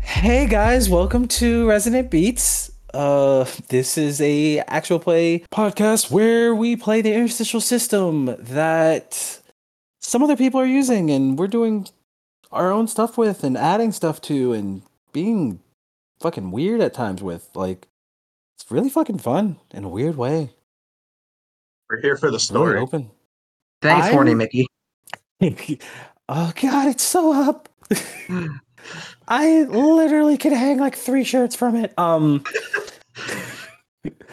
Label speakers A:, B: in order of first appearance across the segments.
A: Hey guys, welcome to Resonant Beats. Uh, this is a actual play podcast where we play the interstitial system that some other people are using, and we're doing our own stuff with, and adding stuff to, and being fucking weird at times with. Like, it's really fucking fun in a weird way.
B: We're here for the
A: Really
B: story.
A: open.
C: Thanks,
A: I'm-
C: horny Mickey.
A: oh god, it's so up. I literally could hang like three shirts from it. Um.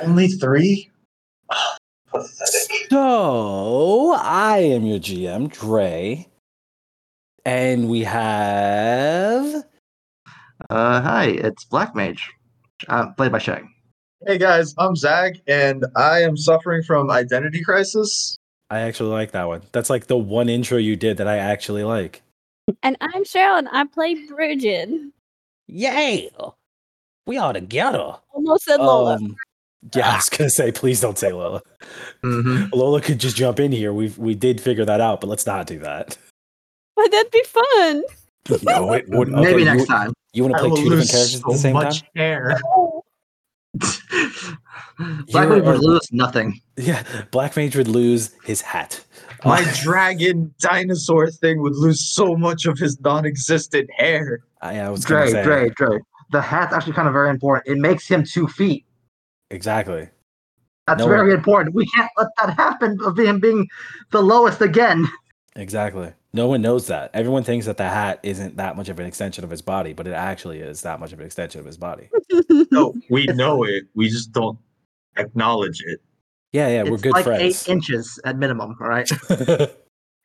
B: Only three? Pathetic.
A: So I am your GM, Dre, and we have
C: Uh, hi, it's Black Mage, uh, played by Shag.
B: Hey guys, I'm Zach, and I am suffering from identity crisis.
A: I actually like that one. That's like the one intro you did that I actually like.
D: And I'm Cheryl, and I play Bridget.
A: Yay! We are together.
D: Almost said Lola.
C: Oh.
A: Um, yeah, I was gonna say, please don't say Lola.
C: Mm-hmm.
A: Lola could just jump in here. We we did figure that out, but let's not do that.
D: But that'd be fun.
A: no, it would.
C: Maybe
A: okay,
C: next
A: you,
C: time.
A: You want to play two different characters at the same time?
B: hair.
C: Black
A: You're
C: Mage would
A: a-
C: lose nothing.
A: Yeah, Black Mage would lose his hat.
B: My
A: Uh,
B: dragon dinosaur thing would lose so much of his non-existent hair.
A: I, I was gonna
C: Dre,
A: say
C: Dre, Dre. The hat's actually kind of very important. It makes him two feet.
A: exactly.
C: That's
A: No
C: very
A: one-
C: important. We can't let that happen of him being the lowest again.
A: Exactly. No one knows that. Everyone thinks that the hat isn't that much of an extension of his body, but it actually is that much of an extension of his body.
B: No, we know it. We just don't acknowledge it.
A: Yeah, yeah, we're
C: it's
A: good
C: like
A: friends.
C: eight inches at minimum, all right?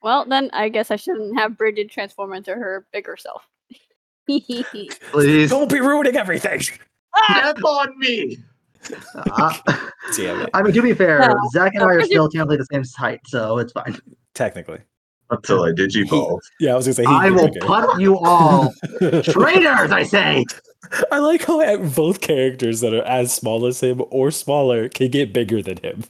D: well, then I guess I shouldn't have Bridget transform into her bigger self. Ah,
C: Please.
A: Don't be ruining everything.
B: Step on me.
C: Uh,
A: Damn it.
C: I mean, to be fair,
D: No.
C: Zach and I are
D: Bridget-
C: still technically the same height, so it's fine.
A: Technically.
B: Until I digivolve.
A: Yeah, I was gonna say he
C: I will
A: okay.
C: punt you all. Traitors, I say!
A: I like how at- both characters that are as small as him or smaller can get bigger than him.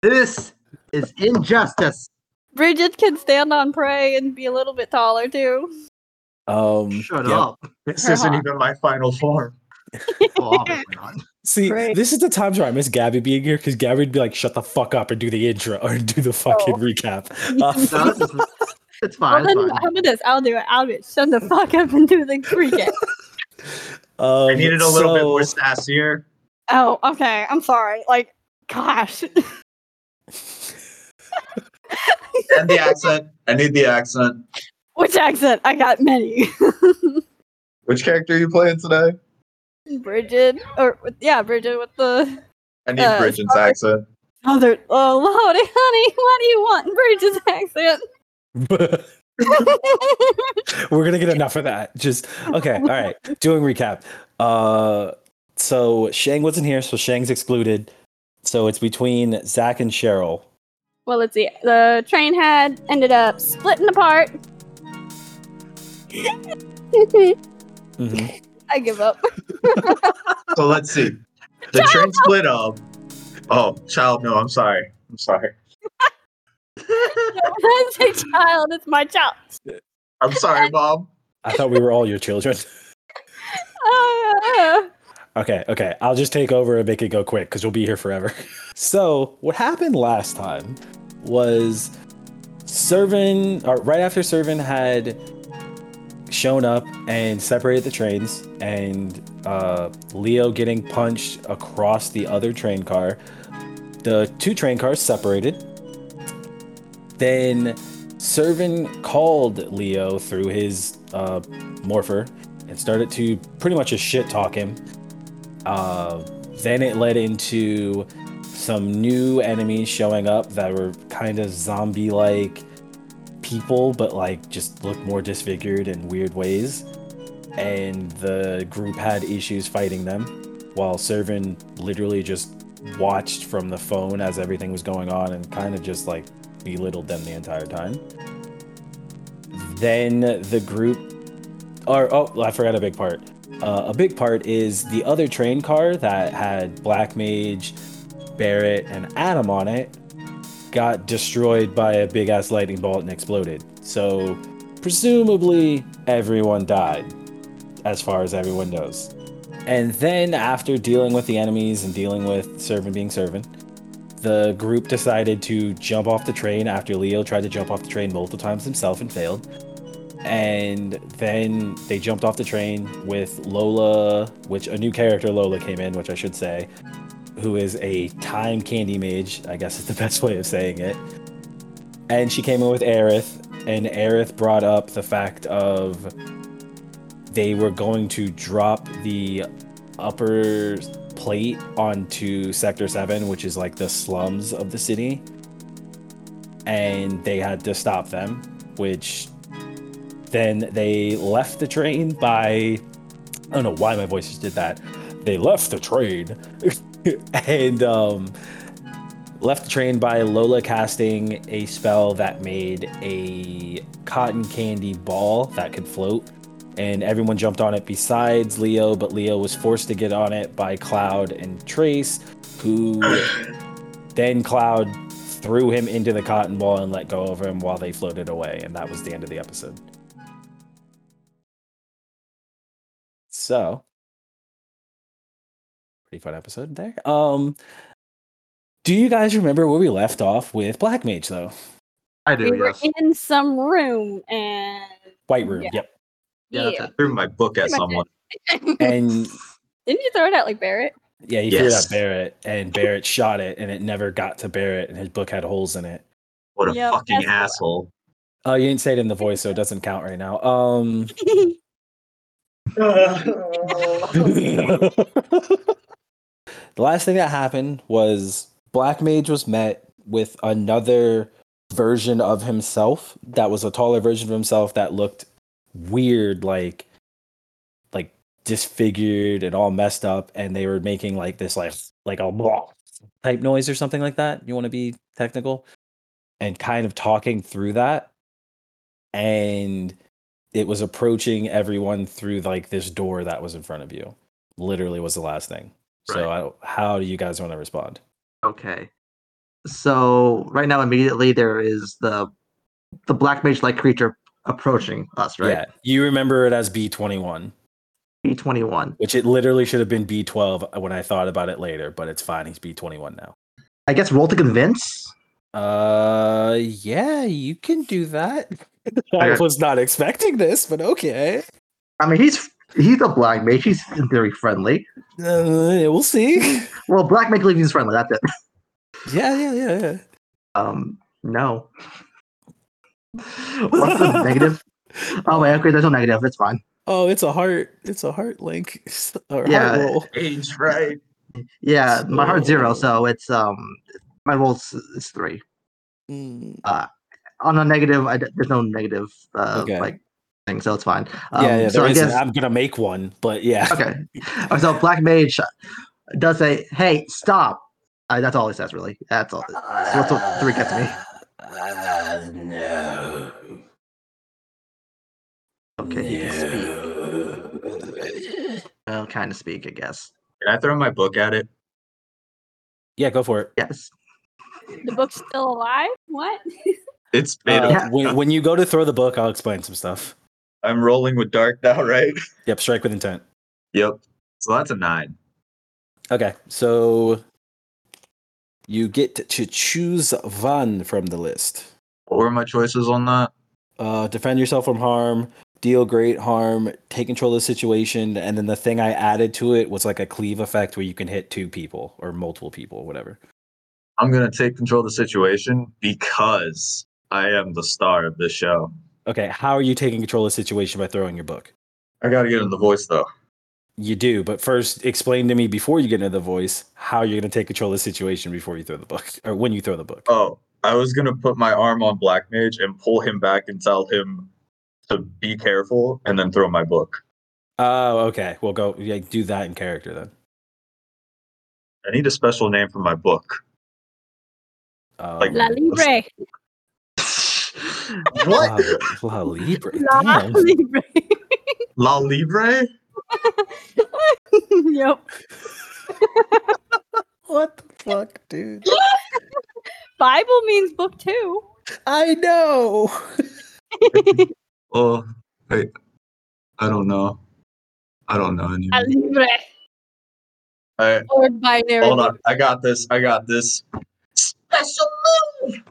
C: This is injustice.
D: Bridget can stand on prey and be a little bit taller too.
A: Um
C: Shut
A: yeah.
C: up.
B: This isn't even my final form.
C: Oh, obviously not.
A: See,
D: Right.
A: this is the times where I miss Gabby being here because Gabby would be like, shut the fuck up and do the intro or do the fucking
D: Oh.
A: recap.
C: No,
A: Uh,
C: this is- it's
D: Well,
C: fine.
D: then, um,
C: It's fine.
D: how about this? I'll do it. I'll do it. Shut the fuck up and do the recap.
B: I
A: um,
B: needed a little bit more
A: so-
B: sassier.
D: oh, okay. I'm sorry. Like, gosh.
B: And the accent. I need the accent.
D: Which accent? I got many.
B: Which character are you playing today?
D: Bridget, or yeah, Bridget with the
B: I need
D: Uh,
B: Bridget's
D: sorry.
B: accent.
D: Oh, they're oh lordy, honey, what do you want? in Bridget's accent.
A: We're gonna get enough of that. Just okay. All right. Doing recap. Uh, so Shang wasn't here, so Shang's excluded. So it's between Zach and Cheryl.
D: well, let's see. The train had ended up splitting apart.
A: Mhm.
D: I give up.
B: So let's see. The train split up. Oh, child, no, I'm sorry. I'm sorry.
D: I say child, it's my child.
B: I'm sorry, mom.
A: I thought we were all your children.
D: Uh,
A: Okay, okay. I'll just take over and make it go quick because we'll be here forever. so, what happened last time was Servant, or right after Servant had shown up and separated the trains, and uh, Leo getting punched across the other train car, the two train cars separated. Then Servant called Leo through his uh, morpher and started to pretty much just shit talk him. Uh, then it led into some new enemies showing up that were kind of zombie like people, but like just looked more disfigured in weird ways. And the group had issues fighting them while Servin literally just watched from the phone as everything was going on and kind of just like belittled them the entire time. Then the group, or oh, I forgot a big part. Uh, a big part is the other train car that had Black Mage, Barrett, and Adam on it got destroyed by a big ass lightning bolt and exploded. So, presumably, everyone died, as far as everyone knows. And then, after dealing with the enemies and dealing with Servant being Servant, the group decided to jump off the train after Leo tried to jump off the train multiple times himself and failed. And then they jumped off the train with Lola, which a new character Lola came in, which I should say, who is a time candy mage, I guess is the best way of saying it. And she came in with Aerith, and Aerith brought up the fact of they were going to drop the upper plate onto Sector 7, which is like the slums of the city. And they had to stop them, which then they left the train by. I don't know why my voice just did that. They left the train and um, left the train by Lola casting a spell that made a cotton candy ball that could float. And everyone jumped on it besides Leo, but Leo was forced to get on it by Cloud and Trace, who then Cloud threw him into the cotton ball and let go of him while they floated away. And that was the end of the episode. So, pretty fun episode there. Um, do you guys remember where we left off with Black Mage though?
C: I
D: we
C: do,
D: were
C: yes.
D: in some room and
A: White Room.
D: Yeah.
A: Yep.
C: Yeah, that's it.
B: Threw my book at
D: Pretty much
B: someone.
D: Didn't
A: And
D: you throw it out like Barrett?
A: yeah, he threw it
B: Yes.
A: at Barrett, and Barrett shot it, and it never got to Barrett, and his book had holes in it.
B: What a
D: Yeah,
B: fucking
D: that's the-
B: asshole.
A: Oh, you didn't say it in the voice, so it doesn't count right now. Um, the last thing that happened was Black Mage was met with another version of himself that was a taller version of himself that looked weird, like like disfigured and all messed up, and they were making like this like like a blah type noise or something like that. You want to be technical? And kind of talking through that. And it was approaching everyone through like this door that was in front of you. Literally was the last thing. So
B: Right.
A: I, don't- how do you guys want to respond?
C: Okay. So right now, immediately there is the the black mage like creature approaching us,
A: Yeah,
C: right?
A: you remember it as B twenty one,
C: B twenty one.
A: which it literally should have been B twelve when I thought about it later, but it's fine. He's B twenty one now.
C: I guess roll to convince.
A: Uh, yeah, you can do that. I
C: Okay.
A: was not expecting this, but okay.
C: I mean, he's he's a black mage. He's in theory friendly.
A: Uh, we'll see.
C: Well, black mage leaves he's friendly. That's it.
A: yeah, yeah, yeah, yeah.
C: Um, no. What's the negative? Oh wait, okay, there's no negative. It's fine.
A: Oh, it's a heart. It's a heart link or
C: Yeah.
A: heart roll.
B: Age right.
C: Yeah, my heart's zero,
A: So-
C: so it's um, my roll's is three.
A: Mm.
C: Um, On a negative, I d there's no negative uh
A: Okay.
C: like thing, so it's fine. Um,
A: yeah, yeah
C: so
A: there
C: I
A: isn't.
C: guess
A: I'm gonna make one, but yeah.
C: okay. Uh, So black mage does say, "Hey, stop." Uh, that's all he says, really. That's all. That's what the three gets me.
A: Uh, no.
C: Okay, he can speak. Well, kind of speak, I guess.
B: Can I throw my book at it?
A: Yeah, go for it.
C: Yes.
D: The book's still alive? What?
B: It's made
A: Uh,
B: up.
C: Yeah.
A: when, when you go to throw the book, I'll explain some stuff.
B: I'm rolling with dark now, right?
A: Yep, strike with intent.
B: Yep. So that's a nine.
A: Okay, so you get to choose one from the list.
B: What were my choices on that?
A: Uh, defend yourself from harm, deal great harm, take control of the situation, and then the thing I added to it was like a cleave effect where you can hit two people or multiple people, whatever.
B: I'm gonna take control of the situation because I am the star of this show.
A: Okay, how are you taking control of the situation by throwing your book?
B: I gotta get in the voice though.
A: You do, but first explain to me before you get into the voice how you're going to take control of the situation before you throw the book or when you throw the book.
B: Oh, I was gonna put my arm on Black Mage and pull him back and tell him to be careful and then throw my book.
A: Oh, okay. We'll go yeah, do that in character then.
B: I need a special name for my book.
A: Um,
B: Like-
D: La Libre.
A: Uh,
B: what?
A: La, La Libre.
D: La
A: Damn.
D: Libre.
B: La Libre?
D: yep.
A: What the fuck, dude?
D: Bible means book too.
A: I know.
B: Oh, wait. I don't know. I don't know anymore.
D: La Libre.
B: All right,
D: Or binary.
B: hold on. I got this. I got this. Special move.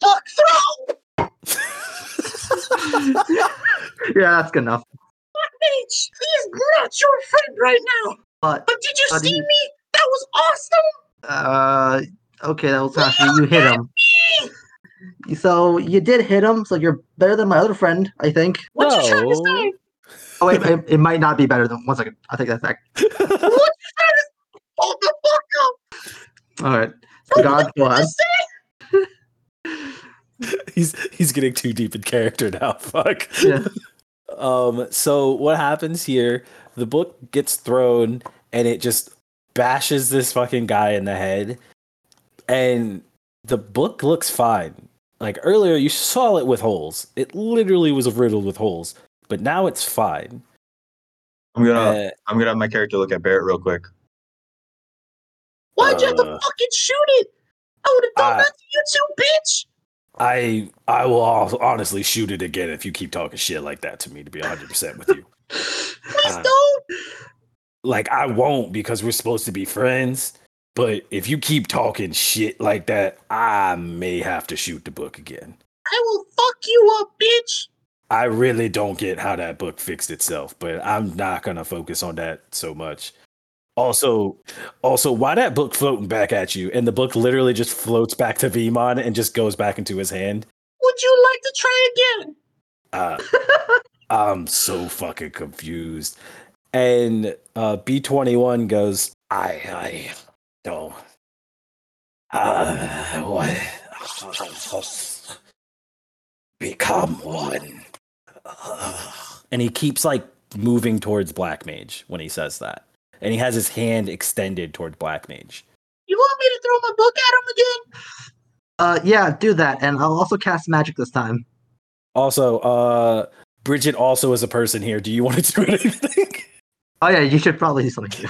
B: Book throw.
C: yeah, that's good enough.
B: Mage. He is not your friend right now.
C: But
B: But did you
C: How do
B: see
C: you-
B: me? That was awesome.
C: uh, okay, that was actually you hit him. So you did hit him. So you're better than my other friend, I think.
B: What you trying to
A: No.
B: say?
C: Oh wait, it, it might not be better than one second. I take that back.
B: Hold the fuck up.
C: All right, so God bless.
A: he's he's getting too deep in character now. Fuck.
C: Yeah.
A: Um, so what happens here? The book gets thrown and it just bashes this fucking guy in the head. And the book looks fine. Like earlier, you saw it with holes. It literally was riddled with holes, but now it's fine.
B: I'm gonna.
A: Uh,
B: I'm gonna have my character look at Barrett real quick.
A: Why'd you have to Uh,
B: fucking shoot it? I would have
A: done I- that
B: to you too, bitch.
A: I I will hon- honestly shoot it again if you keep talking shit like that to me. To be 100 percent with you, Uh,
B: don't.
A: like I won't because we're supposed to be friends. But if you keep talking shit like that, I may have to shoot the book again.
B: I will fuck you up, bitch.
A: I really don't get how that book fixed itself, but I'm not gonna focus on that so much. Also, also, why that book floating back at you, and the book literally just floats back to Vimon and just goes back into his hand.
B: Would you like to try again?
A: Uh, I'm so fucking confused. And uh, B21 goes, I, I don't. Uh, what? Become one. And he keeps like moving towards Black Mage when he says that. And he has his hand extended toward Black Mage.
B: You want me to throw my book at him again?
C: Uh, yeah, do that, and I'll also cast magic this time.
A: Also, uh, Bridget also is a person here. Do you want to do anything?
C: Oh yeah, you should probably do something too.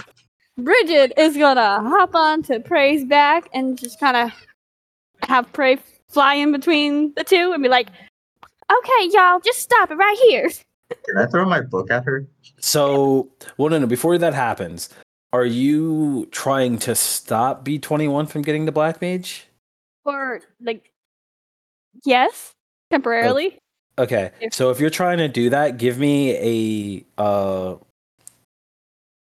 D: Bridget is gonna hop on to Prey's back and just kind of have Prey fly in between the two and be like, "Okay, y'all, just stop it right here."
B: Can I throw my book at her?
A: So, well, no, no. Before that happens, are you trying to stop B twenty one from getting the black mage?
D: Or like, yes, temporarily.
A: Okay.
D: If-
A: So, if you're trying to do that, give me a uh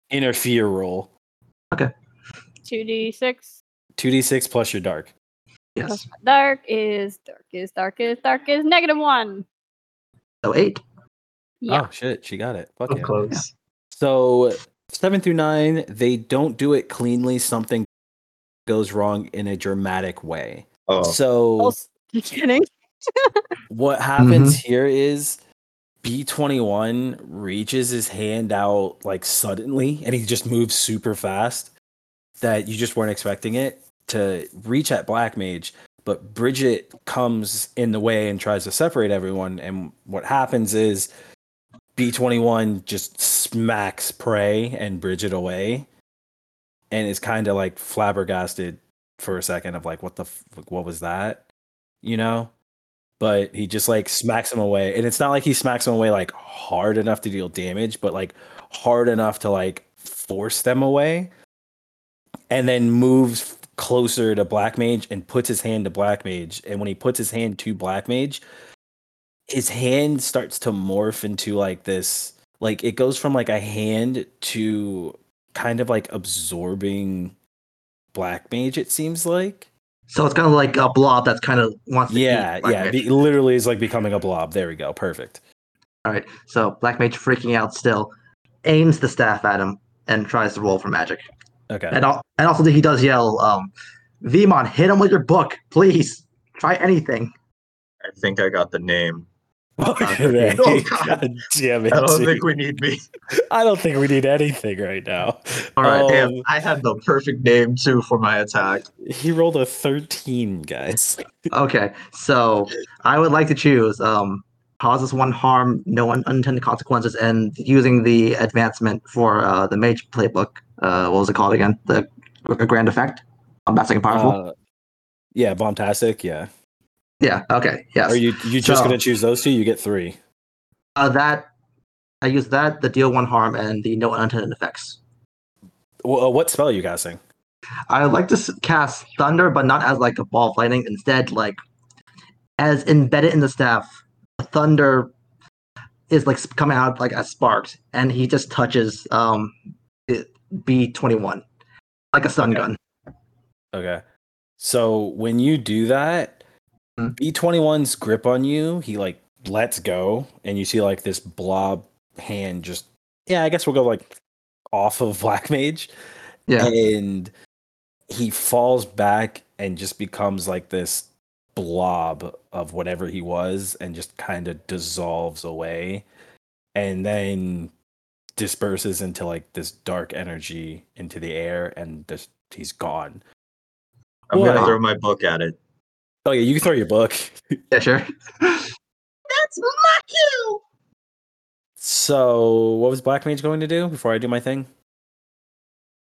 A: interfere roll.
D: Two d six.
A: Two d six plus your dark.
C: Yes.
D: Dark is dark is dark is dark is negative one.
C: So eight.
D: Yeah.
A: Oh shit, she got it. Fuck
B: I'm
A: yeah.
B: close.
A: So seven through nine, they don't do it cleanly. Something goes wrong in a dramatic way.
B: Oh,
A: So
D: Also- Just kidding.
A: what happens here is B21 reaches his hand out like suddenly and he just moves super fast that you just weren't expecting it to reach at Black Mage. But Bridget comes in the way and tries to separate everyone. And what happens is B21 just smacks Prey and Bridget away and is kind of like flabbergasted for a second of like, what the, f- like, what was that? You know? but he just like smacks him away and it's not like he smacks him away like hard enough to deal damage but like hard enough to like force them away and then moves closer to Black Mage and puts his hand to Black Mage. And when he puts his hand to Black Mage, his hand starts to morph into like this like it goes from like a hand to kind of like absorbing Black Mage, it seems like.
C: So it's kind of like a blob that's kind of wants to eat
A: Yeah,
C: Black
A: yeah.
C: Mage.
A: It literally is like becoming a blob. There we go. Perfect.
C: All right. So Black Mage freaking out still, aims the staff at him and tries to roll for magic.
A: Okay.
C: And al- and also he does yell, um, "Vemon, hit him with your book, please. Try anything."
B: I think I got the name.
A: Right.
B: Oh, God.
A: God damn it.
B: I don't
A: dude.
B: think we need me.
A: I don't think we need anything right now.
C: All right,
B: Damn,
A: Um,
B: I had the perfect name too for my attack.
A: he rolled a 13, guys.
C: Okay. So I would like to choose um, causes one harm, no un- unintended consequences, and using the advancement for uh, the Mage playbook. Uh, what was it called again? The a grand effect. Bombastic and powerful.
A: Uh, yeah, bombastic. Yeah.
C: yeah. Okay. Yes.
A: Are you you just
C: So-
A: gonna choose those two? You get three.
C: uh, that I use that the deal one harm and the no unintended effects.
A: Well, uh, what spell are you casting?
C: I would like to s- cast thunder, but not as like a ball of lightning. Instead, like as embedded in the staff, thunder is like s- coming out like as sparks, and he just touches um B twenty one like a stun
A: Okay.
C: gun.
A: Okay. So when you do that,
C: Mhm.
A: B21's grip on you, he like lets go, and you see like this blob hand just yeah, I guess we'll go like off of Black Mage.
C: Yeah.
A: And he falls back and just becomes like this blob of whatever he was and just kind of dissolves away and then disperses into like this dark energy into the air and just he's gone.
B: I'm
A: What?
B: gonna throw my book at it.
A: Oh yeah, you can throw your book.
C: Yeah, sure.
B: That's my cue.
A: So what was Black Mage going to do before I do my thing?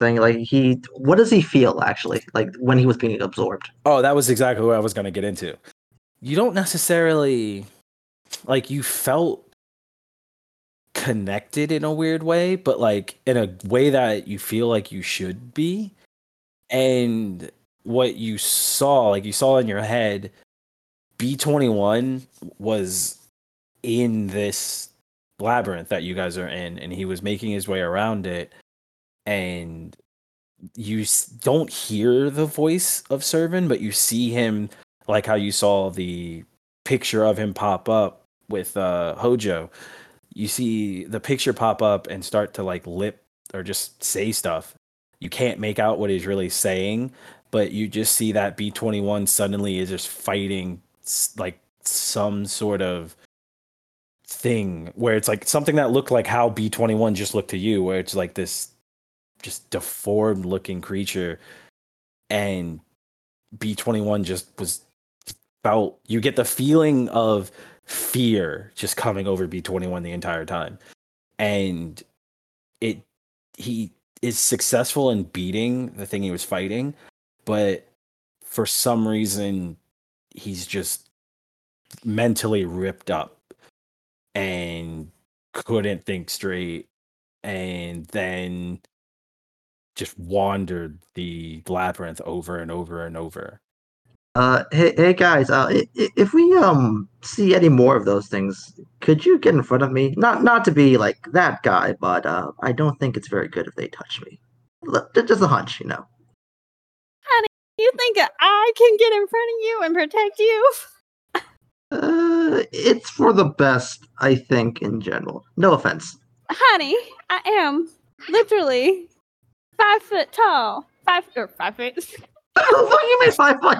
C: Thing like he, what does he feel actually like when he was being absorbed?
A: Oh, that was exactly what I was going to get into. You don't necessarily like you felt connected in a weird way, but like in a way that you feel like you should be. And what you saw, like you saw in your head, B21 was in this labyrinth that you guys are in, and he was making his way around it. And you s- don't hear the voice of Servin, but you see him like how you saw the picture of him pop up with uh, Hojo. You see the picture pop up and start to like lip or just say stuff. You can't make out what he's really saying, but you just see that B21 suddenly is just fighting s- like some sort of thing where it's like something that looked like how B21 just looked to you, where it's like this just deformed looking creature and b21 just was felt you get the feeling of fear just coming over b21 the entire time and it he is successful in beating the thing he was fighting but for some reason he's just mentally ripped up and couldn't think straight and then just wandered the labyrinth over and over and over.
C: Uh, hey, hey guys, uh, i- i- if we um see any more of those things, could you get in front of me? Not not to be like that guy, but uh, I don't think it's very good if they touch me. Look, ju- just a hunch, you know.
D: You think that I can get in front of you and protect you?
C: Uh, it's for the best, I think, in general. No offense.
D: Honey, I am literally five foot tall. Five or five foot.
C: Fuck you, made five foot.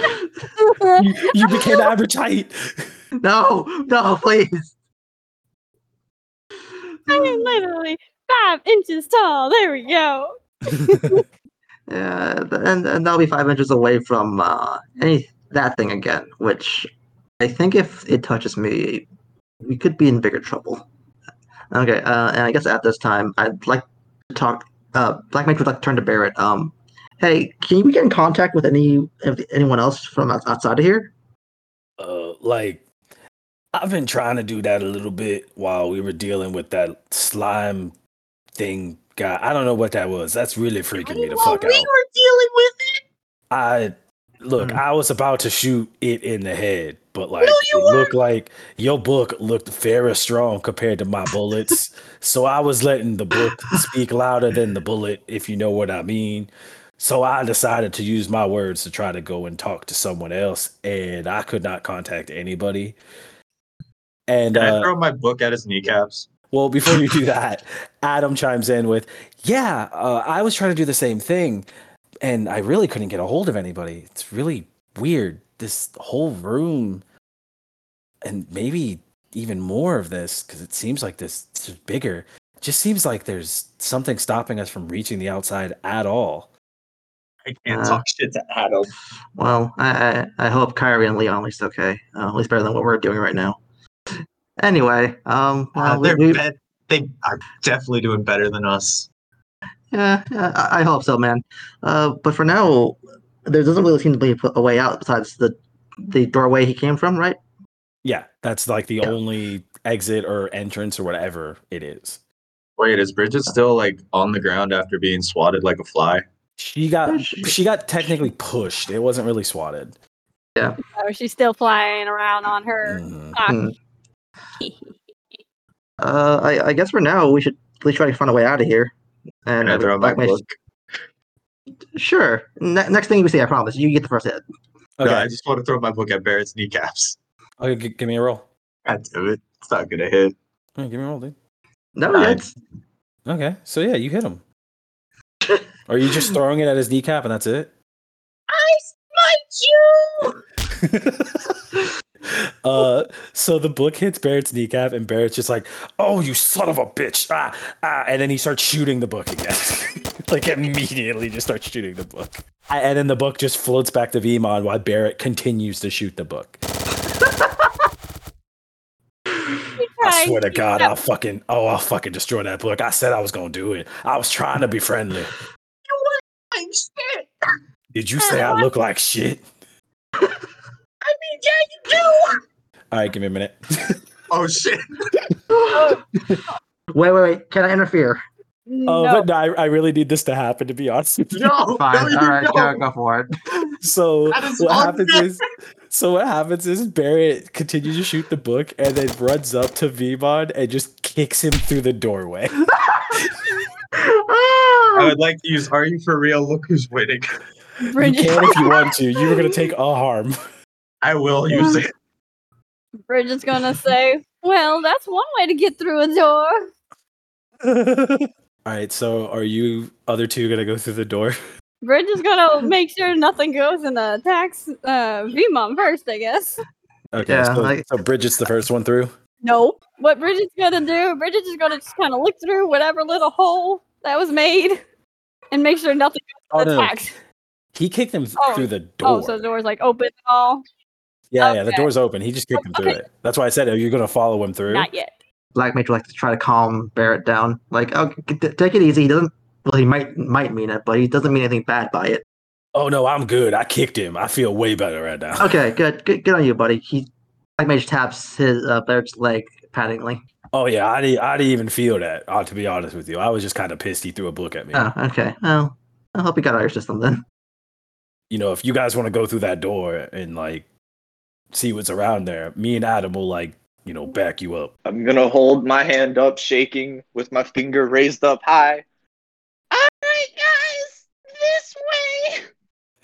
A: You, you became average height.
C: No, no, please.
D: I am literally five inches tall. There we go.
C: Yeah, th- Uh, and and that'll be five inches away from uh, any that thing again, which I think if it touches me, we could be in bigger trouble. Okay, uh, and I guess at this time, I'd like to talk. Uh, Black Mage would like to turn to Barrett. Um, hey, can we get in contact with any of anyone else from outs- outside of here?
A: Uh, like, I've been trying to do that a little bit while we were dealing with that slime thing God, I don't know what that was. That's really freaking me the
B: Well,
A: fuck
B: we were
A: out.
B: dealing with it.
A: I look,
C: Mhm.
A: I was about to shoot it in the head, but like
B: you
A: it looked like your book looked very strong compared to my bullets. so I was letting the book speak louder than the bullet, if you know what I mean. So I decided to use my words to try to go and talk to someone else, and I could not contact anybody. And
B: Can I
A: uh,
B: throw my book at his kneecaps?
A: well, before you do that, Adam chimes in with, "Yeah, uh, I was trying to do the same thing, and I really couldn't get a hold of anybody. It's really weird. This whole room, and maybe even more of this, because it seems like this is bigger. Just seems like there's something stopping us from reaching the outside at all.
B: I can't
C: Uh,
B: talk shit to Adam.
C: Well, I, I, I hope Kyrie and Leon are at least okay. Uh, at least better than what we're doing right now. Anyway, um,
B: Uh,
C: well, we-
B: they're
C: we-
B: bet- they are definitely doing better than us.
C: yeah, yeah, I, I hope so, man. Uh, but for now, there doesn't really seem to be a way out besides the the doorway he came from, right?
A: Yeah, that's like the
C: Yeah.
A: only exit or entrance or whatever it is.
B: Wait, is Bridget still like on the ground after being swatted like a fly?
A: She got."
C: Which-
A: She got technically pushed. It wasn't really swatted.
D: Oh, she's still flying around on her.
A: Mhm.
D: sock.
C: Hmm. Uh, I, I guess for now we should at least try to find a way out of here. And
B: Can I
C: we-
B: throw my
C: like, we-
B: book?
C: Sure. Ne- next thing you see, I promise. You get the first hit.
A: Okay,
B: No, I just want to throw my book at Barrett's kneecaps.
A: okay, g- give me a roll.
B: God damn it. It's not gonna hit.
A: Yeah, give me a roll, dude.
C: No,
B: Nine.
C: it's
A: Okay, so yeah, you hit him. Are you just throwing it at his kneecap and that's it?
B: I smite you!
A: uh, so the book hits Barrett's kneecap, and Barrett's just like, "Oh, you son of a bitch!" Ah, ah, and then he starts shooting the book again. like immediately, just starts shooting the book, A- and then the book just floats back to Vemon while Barrett continues to shoot the book. I swear to God, I'll fucking oh, I'll fucking destroy that book. I said I was gonna do it. I was trying to be friendly.
B: You want my shit!
A: Did you say I look like shit?
B: I mean, yeah, you do!
A: All right, give me a minute.
B: Oh shit.
C: wait, wait, wait. Can I interfere?
A: Oh,
D: No.
A: but no, I, I really need this to happen to be honest with you.
B: No! no,
C: Fine.
B: you
C: All right,
B: don't.
C: go, go for it.
A: So
B: That is
A: what happens
B: unfair.
A: is so what happens is Barrett continues to shoot the book and then runs up to Vemon and just kicks him through the doorway.
B: I
C: Ah!
B: would like to use Are You For Real? Look Who's Winning.
A: You
D: Bridget,
A: can if you want to. You were gonna take a harm.
B: I will use it.
D: Bridget's gonna say, "Well, that's one way to get through a door."
A: Alright, so are you other two gonna go through the door?
D: Bridget's gonna make sure nothing goes and attacks uh, V-Mom first, I guess.
A: Okay,
C: Yeah,
A: so,
C: like-
A: so Bridget's the first one through.
D: Nope. What Bridget's gonna do? Bridget's gonna just kind of look through whatever little hole that was made and make sure nothing
A: Oh
D: gets
A: no, no.
D: attacked.
A: He kicked him
D: Oh,
A: through the door.
D: Oh, so the door's like open and all?
A: yeah, yeah, the
D: okay.
A: door's open. He just kicked him through
D: Okay.
A: it. That's why I said, are you gonna follow him through?
D: Not yet.
C: Black Mage would like to try to calm Barrett down. Like, oh, g- t- take it easy. He doesn't. Well, he might might mean it, but he doesn't mean anything bad by it.
A: Oh no, I'm good. I kicked him. I feel way better right now.
C: Okay, good, good, good on you, buddy. He Black Mage taps his uh, Barrett's leg pattingly.
A: Oh yeah, I didn't. I didn't even feel that. Uh, to be honest with you, I was just kind of pissed. He threw a book at me.
C: Oh, okay. Well, I hope you got out of your system then.
A: You know, if you guys want to go through that door and like see what's around there, me and Adam will like you know back you up.
E: I'm gonna hold my hand up, shaking with my finger raised up high. All right, guys, this way.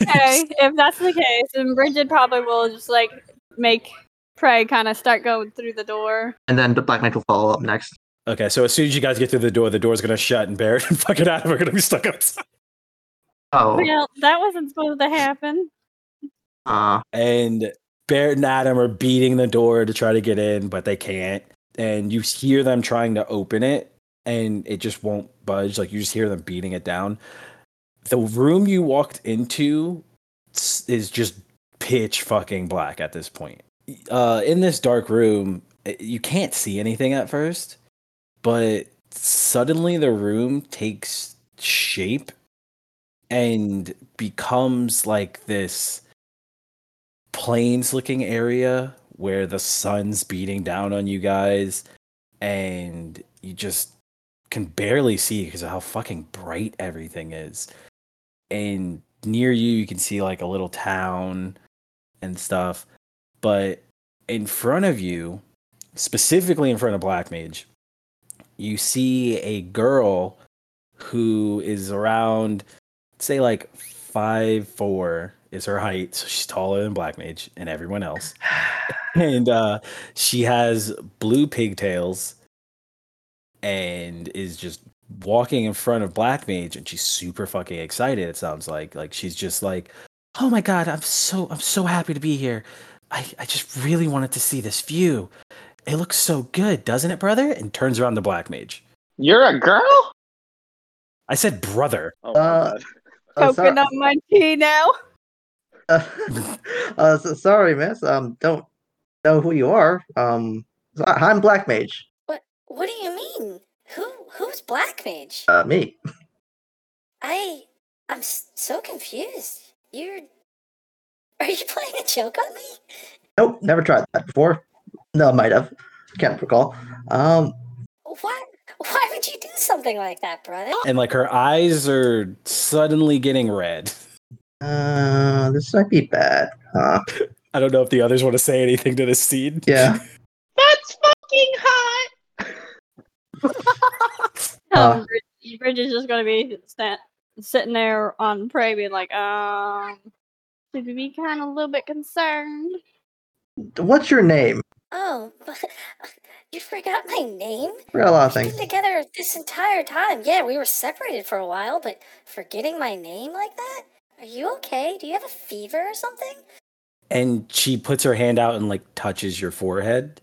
D: Okay, if that's the case, then Bridget probably will just like make Prey kind of start going through the door.
C: And then Black Mage will follow up next.
A: Okay, so as soon as you guys get through the door, the door's gonna shut, and Barrett and fucking Adam are gonna be stuck outside.
C: Oh,
D: Well, that wasn't supposed to happen.
C: uh,
A: And Barrett and Adam are beating the door to try to get in, but they can't. And you hear them trying to open it, and it just won't budge. Like you just hear them beating it down. The room you walked into s- is just pitch fucking black at this point. Uh, in this dark room, i- you can't see anything at first, but suddenly the room takes shape and becomes like this plains looking area where the sun's beating down on you guys and you just can barely see because of how fucking bright everything is. And near you, you can see like a little town and stuff. But in front of you, specifically in front of Black Mage, you see a girl who is around, say, like five four is her height, so she's taller than Black Mage and everyone else. and uh, she has blue pigtails and is just walking in front of Black Mage, and she's super fucking excited. It sounds like like she's just like, "Oh my god, I'm so I'm so happy to be here. I I just really wanted to see this view. It looks so good, doesn't it, brother?" And turns around to Black Mage.
E: You're a girl?
A: I said, "Brother."
E: Oh my
C: Uh,
E: god.
C: Uh, sorry-
D: Coconut my tea now.
C: uh, uh, so, sorry, miss. Um, don't know who you are. Um, so I- I'm Black Mage.
F: What what do you mean? Who who's Black Mage?
C: Uh, me.
F: I I'm s- so confused. You're Are you playing a joke on me?
C: Nope, never tried that before. No, I might have. Can't recall. Um,
F: Why why would you do something like that, brother?
A: And like her eyes are suddenly getting red.
C: uh, this might be bad. Uh,
A: I don't know if the others want to say anything to this scene.
C: yeah.
E: That's fucking hot!
C: Uh.
D: Um, Brid- Bridget's just gonna be sat, sitting there on prey, being like, um, should we be kind of a little bit concerned?
C: What's your name?
F: Oh, you forgot my name?
C: Forgot a lot of
F: We've been
C: things.
F: together this entire time. Yeah, we were separated for a while, but forgetting my name like that? Are you okay? Do you have a fever or something?
A: And she puts her hand out and like touches your forehead.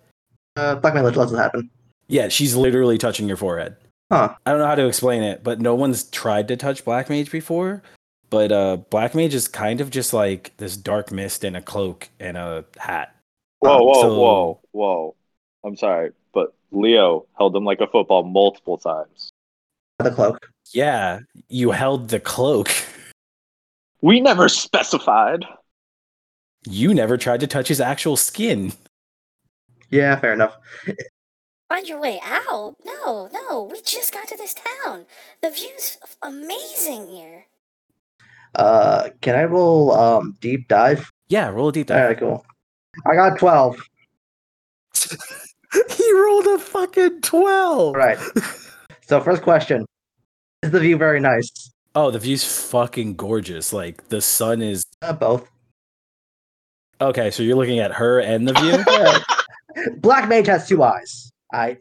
C: Uh, Black Mage lets it happen.
A: Yeah, she's literally touching your forehead.
C: Huh.
A: I don't know how to explain it, but no one's tried to touch Black Mage before. But uh Black Mage is kind of just like this dark mist in a cloak and a hat.
E: Whoa, whoa,
A: So-
E: whoa, whoa. I'm sorry, but Leo held him like a football multiple times.
C: The cloak.
A: Yeah, you held the cloak.
E: We never specified.
A: You never tried to touch his actual skin.
C: Yeah, fair enough.
F: Find your way out? No, no, we just got to this town. The view's f- amazing here.
C: Uh, can I roll um deep dive?
A: Yeah, roll a deep
C: All
A: dive.
C: right, cool. I got twelve.
A: he rolled a fucking 12.
C: All right. so first question: Is the view very nice?
A: Oh, the view's fucking gorgeous. Like the sun is
C: Uh, both.
A: Okay, so you're looking at her and the view?
C: Yeah. Black Mage has two eyes. I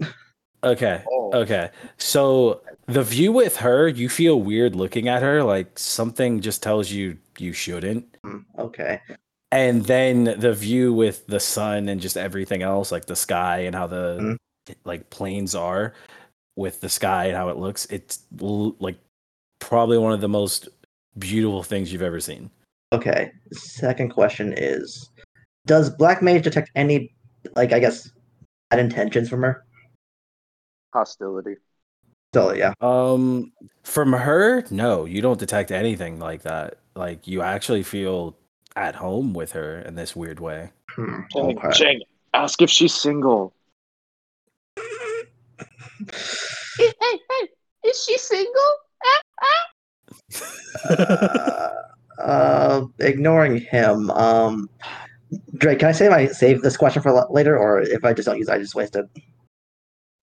A: Okay.
E: Oh.
A: Okay. So the view with her, you feel weird looking at her, like something just tells you you shouldn't.
C: mm, okay.
A: And then the view with the sun and just everything else, like the sky and how the like planes are with the sky and how it looks, it's l- like probably one of the most beautiful things you've ever seen.
C: Okay. Second question is: Does Black Mage detect any, like I guess, bad intentions from her?
E: Hostility.
C: So yeah.
A: Um, from her, no, you don't detect anything like that. Like you actually feel at home with her in this weird way.
C: Hmm,
E: Jang,
C: okay.
E: Jang, ask if she's single. Hey, hey, hey, is she single?
C: uh, uh, ignoring him. Um, Drake, can I save my save this question for la- later, or if I just don't use, it, I just waste it.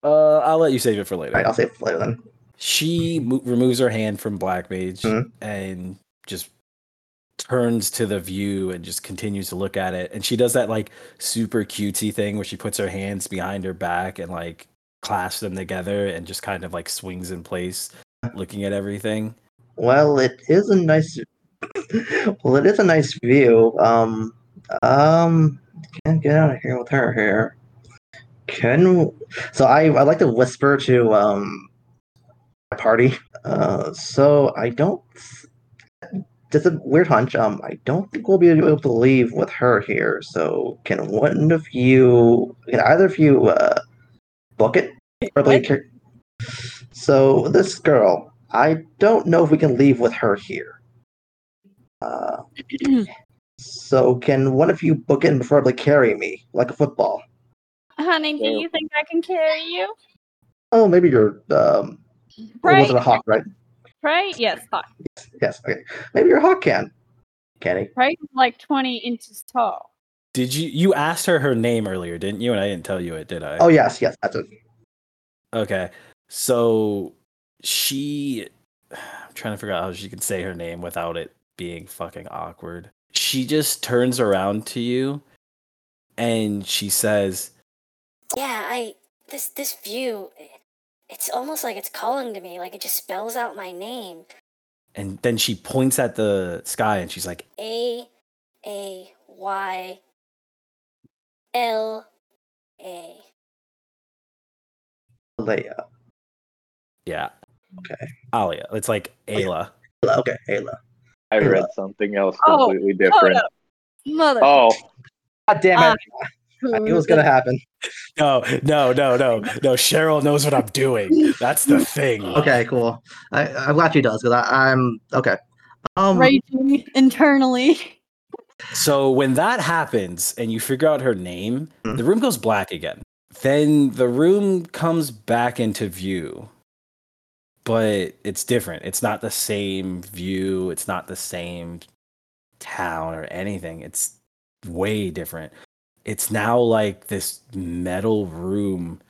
A: Uh, I'll let you save it for later.
C: All right, I'll save it for later then.
A: She mo- removes her hand from Black Mage
C: Mhm.
A: and just turns to the view and just continues to look at it. And she does that like super cutesy thing where she puts her hands behind her back and like clasps them together and just kind of like swings in place, looking at everything.
C: Well, it is a nice. well, it is a nice view. Um, um, can't get out of here with her here. Can so I I like to whisper to um my party. Uh, so I don't. Just a weird hunch. Um, I don't think we'll be able to leave with her here. So can one of you? Can either of you uh book it? Probably
D: What?
C: char- So this girl, I don't know if we can leave with her here. Uh, so can one of you book it and preferably carry me like a football?
D: Honey, do
E: Yeah.
D: you think I can carry you?
C: Oh, maybe your um, Or was
D: Pray,
C: it a hawk, right?
D: pray, yes, hot.
C: Yes, okay. Maybe your hawk can. Can he?
D: Pray is like 20 inches tall.
A: Did you you asked her her name earlier, didn't you? And I didn't tell you it, did I?
C: Oh, yes, yes, that's it.
A: Okay. So she I'm trying to figure out how she can say her name without it being fucking awkward. She just turns around to you and she says,
F: Yeah, I this this view it's almost like it's calling to me, like it just spells out my name.
A: and then she points at the sky and she's like,
F: A A Y L A.
C: Leia.
A: Yeah.
C: Okay.
A: Alia. It's like Ayla.
C: Okay, Ayla.
E: I read something else
D: Oh,
E: completely different.
D: Mother.
E: Oh,
C: God damn it. it was gonna happen.
A: No, no, no, no. No, Cheryl knows what I'm doing. That's the thing.
C: Okay, cool. I, I'm glad she does, because I'm. Okay. Um,
D: Raging internally.
A: So when that happens and you figure out her name,
C: Mhm.
A: the room goes black again. Then the room comes back into view. But it's different. It's not the same view, it's not the same town or anything. It's way different. It's now like this metal room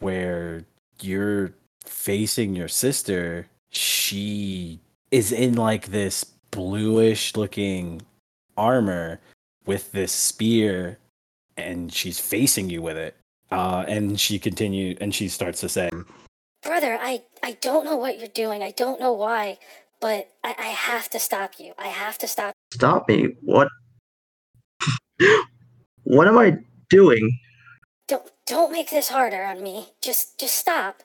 A: where you're facing your sister. She is in like this bluish looking armor with this spear and she's facing you with it uh, and she continue and she starts to say
F: Brother, I, I don't know what you're doing. I don't know why, but I, I have to stop you. I have to stop.
C: stop me. What? what am I doing?
F: Don't don't make this harder on me. Just just stop.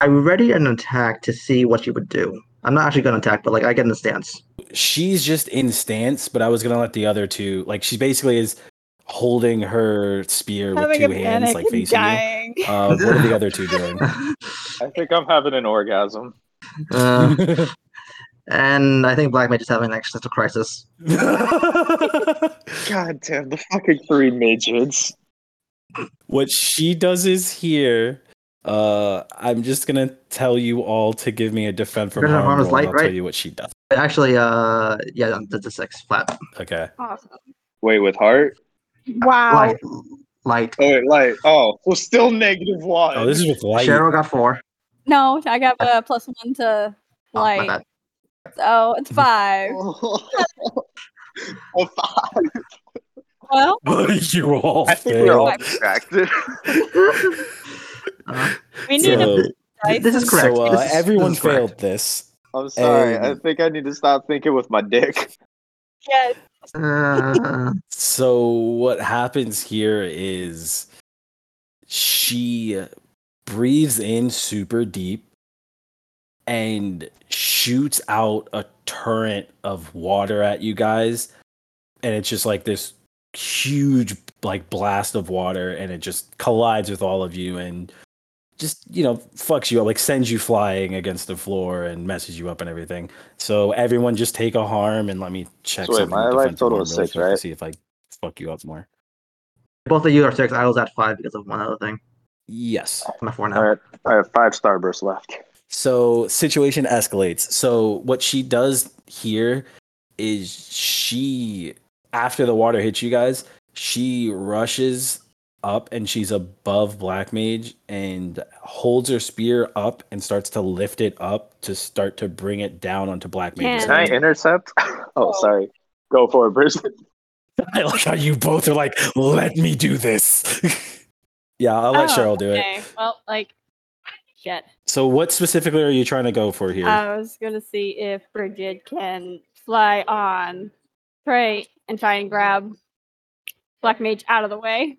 C: I ready an attack to see what she would do. I'm not actually gonna attack, but like I get in the stance.
A: she's just in stance but i was gonna let the other two like she basically is holding her spear with
D: Having a
A: two hands
D: panic
A: like
D: and
A: facing you
D: dying.
A: uh, what are the other two doing
E: I think I'm having an orgasm.
C: Uh, and I think Black Mage is having an existential crisis.
E: God damn, the fucking three midgets.
A: what she does is here uh, i'm just gonna tell you all to give me a defend from
C: Defend from
A: harm
C: harm's
A: roll, and
C: light,
A: i'll
C: right?
A: tell you what she does
C: But actually, uh, yeah, that's a six flat.
A: okay
D: Awesome.
E: Wait, with heart?
D: Wow.
C: Light, light.
E: Oh, wait, light. Oh, well, still negative one.
A: oh this is with light
C: Cheryl got four.
D: No, I got a plus one to
C: Oh, my
D: like.
C: bad.
D: so it's five.
E: Oh, fuck.
D: Well,
A: you all
E: I think we're all
A: failed.
E: distracted.
C: Uh,
D: we need
A: So-
D: a
C: th-
D: dice.
C: this is correct.
A: So uh,
C: This is- this
A: everyone
C: is correct.
A: failed this.
E: I'm sorry. I
A: Um,
E: think I need to stop thinking with my dick.
D: Yes.
C: Uh,
A: So what happens here is she breathes in super deep and shoots out a torrent of water at you guys and it's just like this huge like blast of water and it just collides with all of you and just you know fucks you up like sends you flying against the floor and messes you up and everything so everyone just take a harm and let me check
E: So wait,
A: something
E: my
A: with
E: life
A: defensive
E: total
A: harm
E: is
A: really
E: six,
A: quick to
E: right?
A: see if i fuck you up more
C: both of you are six. I was at five because of one other thing.
A: yes
C: I'm at four now.
E: All right, I have five starbursts left.
A: So situation escalates. So what she does here is she after the water hits you guys, she rushes up and she's above Black Mage and holds her spear up and starts to lift it up to start to bring it down onto Black Mage's
E: Can I
A: head.
E: intercept? Oh, sorry. Go for it, Brisbane.
A: I like how you both are like, let me do this. yeah, I'll let
D: Oh,
A: Cheryl do it.
D: Okay. Well, like, shit.
A: So what specifically are you trying to go for here?
D: I was gonna see if Bridget can fly on Prey and try and grab Black Mage out of the way.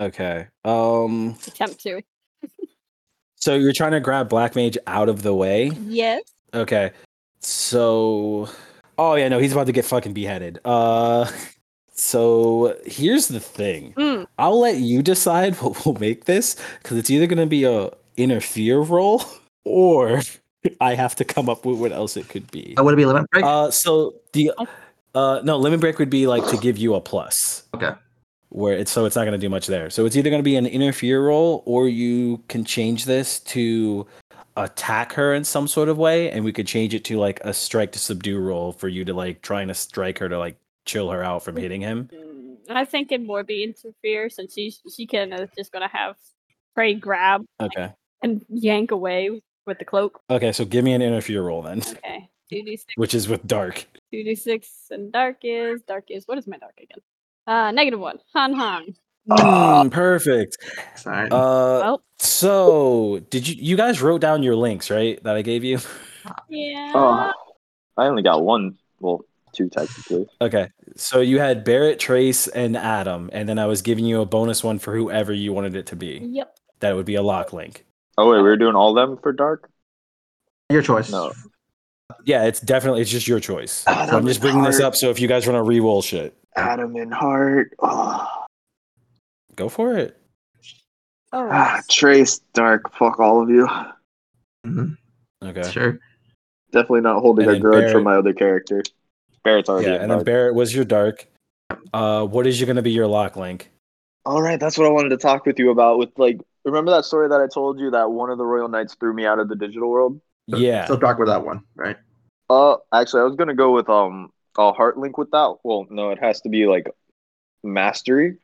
A: okay. Um
D: Attempt to.
A: so you're trying to grab Black Mage out of the way.
D: Yes.
A: Okay. So Oh yeah, no, he's about to get fucking beheaded. Uh so here's the thing.
D: Mm.
A: I'll let you decide what will make this cuz it's either going to be a interfere roll or I have to come up with what else it could be.
C: I would it be limit break.
A: Uh so the uh no, limit break would be like to give you a plus.
C: Okay.
A: Where it's so it's not going to do much there. So it's either going to be an interfere roll or you can change this to attack her in some sort of way, and we could change it to like a strike to subdue roll for you to like trying to strike her to like chill her out from hitting him.
D: Mm, I think it'd more be interfere since she's she can is just gonna have prey grab
A: Okay.
D: and yank away with the cloak.
A: Okay, so give me an interfere roll then,
D: Okay. Two D six
A: which is with dark.
D: two D six and dark is dark is what is my dark again? Uh negative one. Han Han.
A: Mm, perfect.
C: Sorry.
A: Uh,
D: Well
A: so did you you guys wrote down your links right that I gave you?
D: yeah.
E: Oh, I only got one. Well, two technically.
A: Okay, so you had Barrett, Trace, and Adam, and then I was giving you a bonus one for whoever you wanted it to be.
D: Yep.
A: That would be a lock link.
E: Oh wait, we were doing all them for dark.
C: Your choice.
E: No.
A: Yeah, it's definitely it's just your choice.
E: Ah,
A: so
E: that
A: I'm just
E: was
A: bringing this
E: hard.
A: up so if you guys want to re-roll shit,
E: Adam and Hart. Oh.
A: go for it.
D: Oh
E: Ah, Trace, Dark, fuck all of you.
C: Mhm,
A: Okay.
C: Sure.
E: Definitely not holding
A: And
E: a
A: then
E: grudge for
A: Barrett.
E: my other character. Barrett's already
A: Yeah,
E: in
A: and then
E: Dark.
A: Barrett was your dark. Uh, what is you gonna be your lock link?
E: All right, that's what I wanted to talk with you about. With like, remember that story that I told you that one of the Royal Knights threw me out of the digital world?
C: So-
A: Yeah.
C: So dark with that one, right?
E: Uh, actually, I was gonna go with um a heart link with that. Well, no, it has to be like mastery.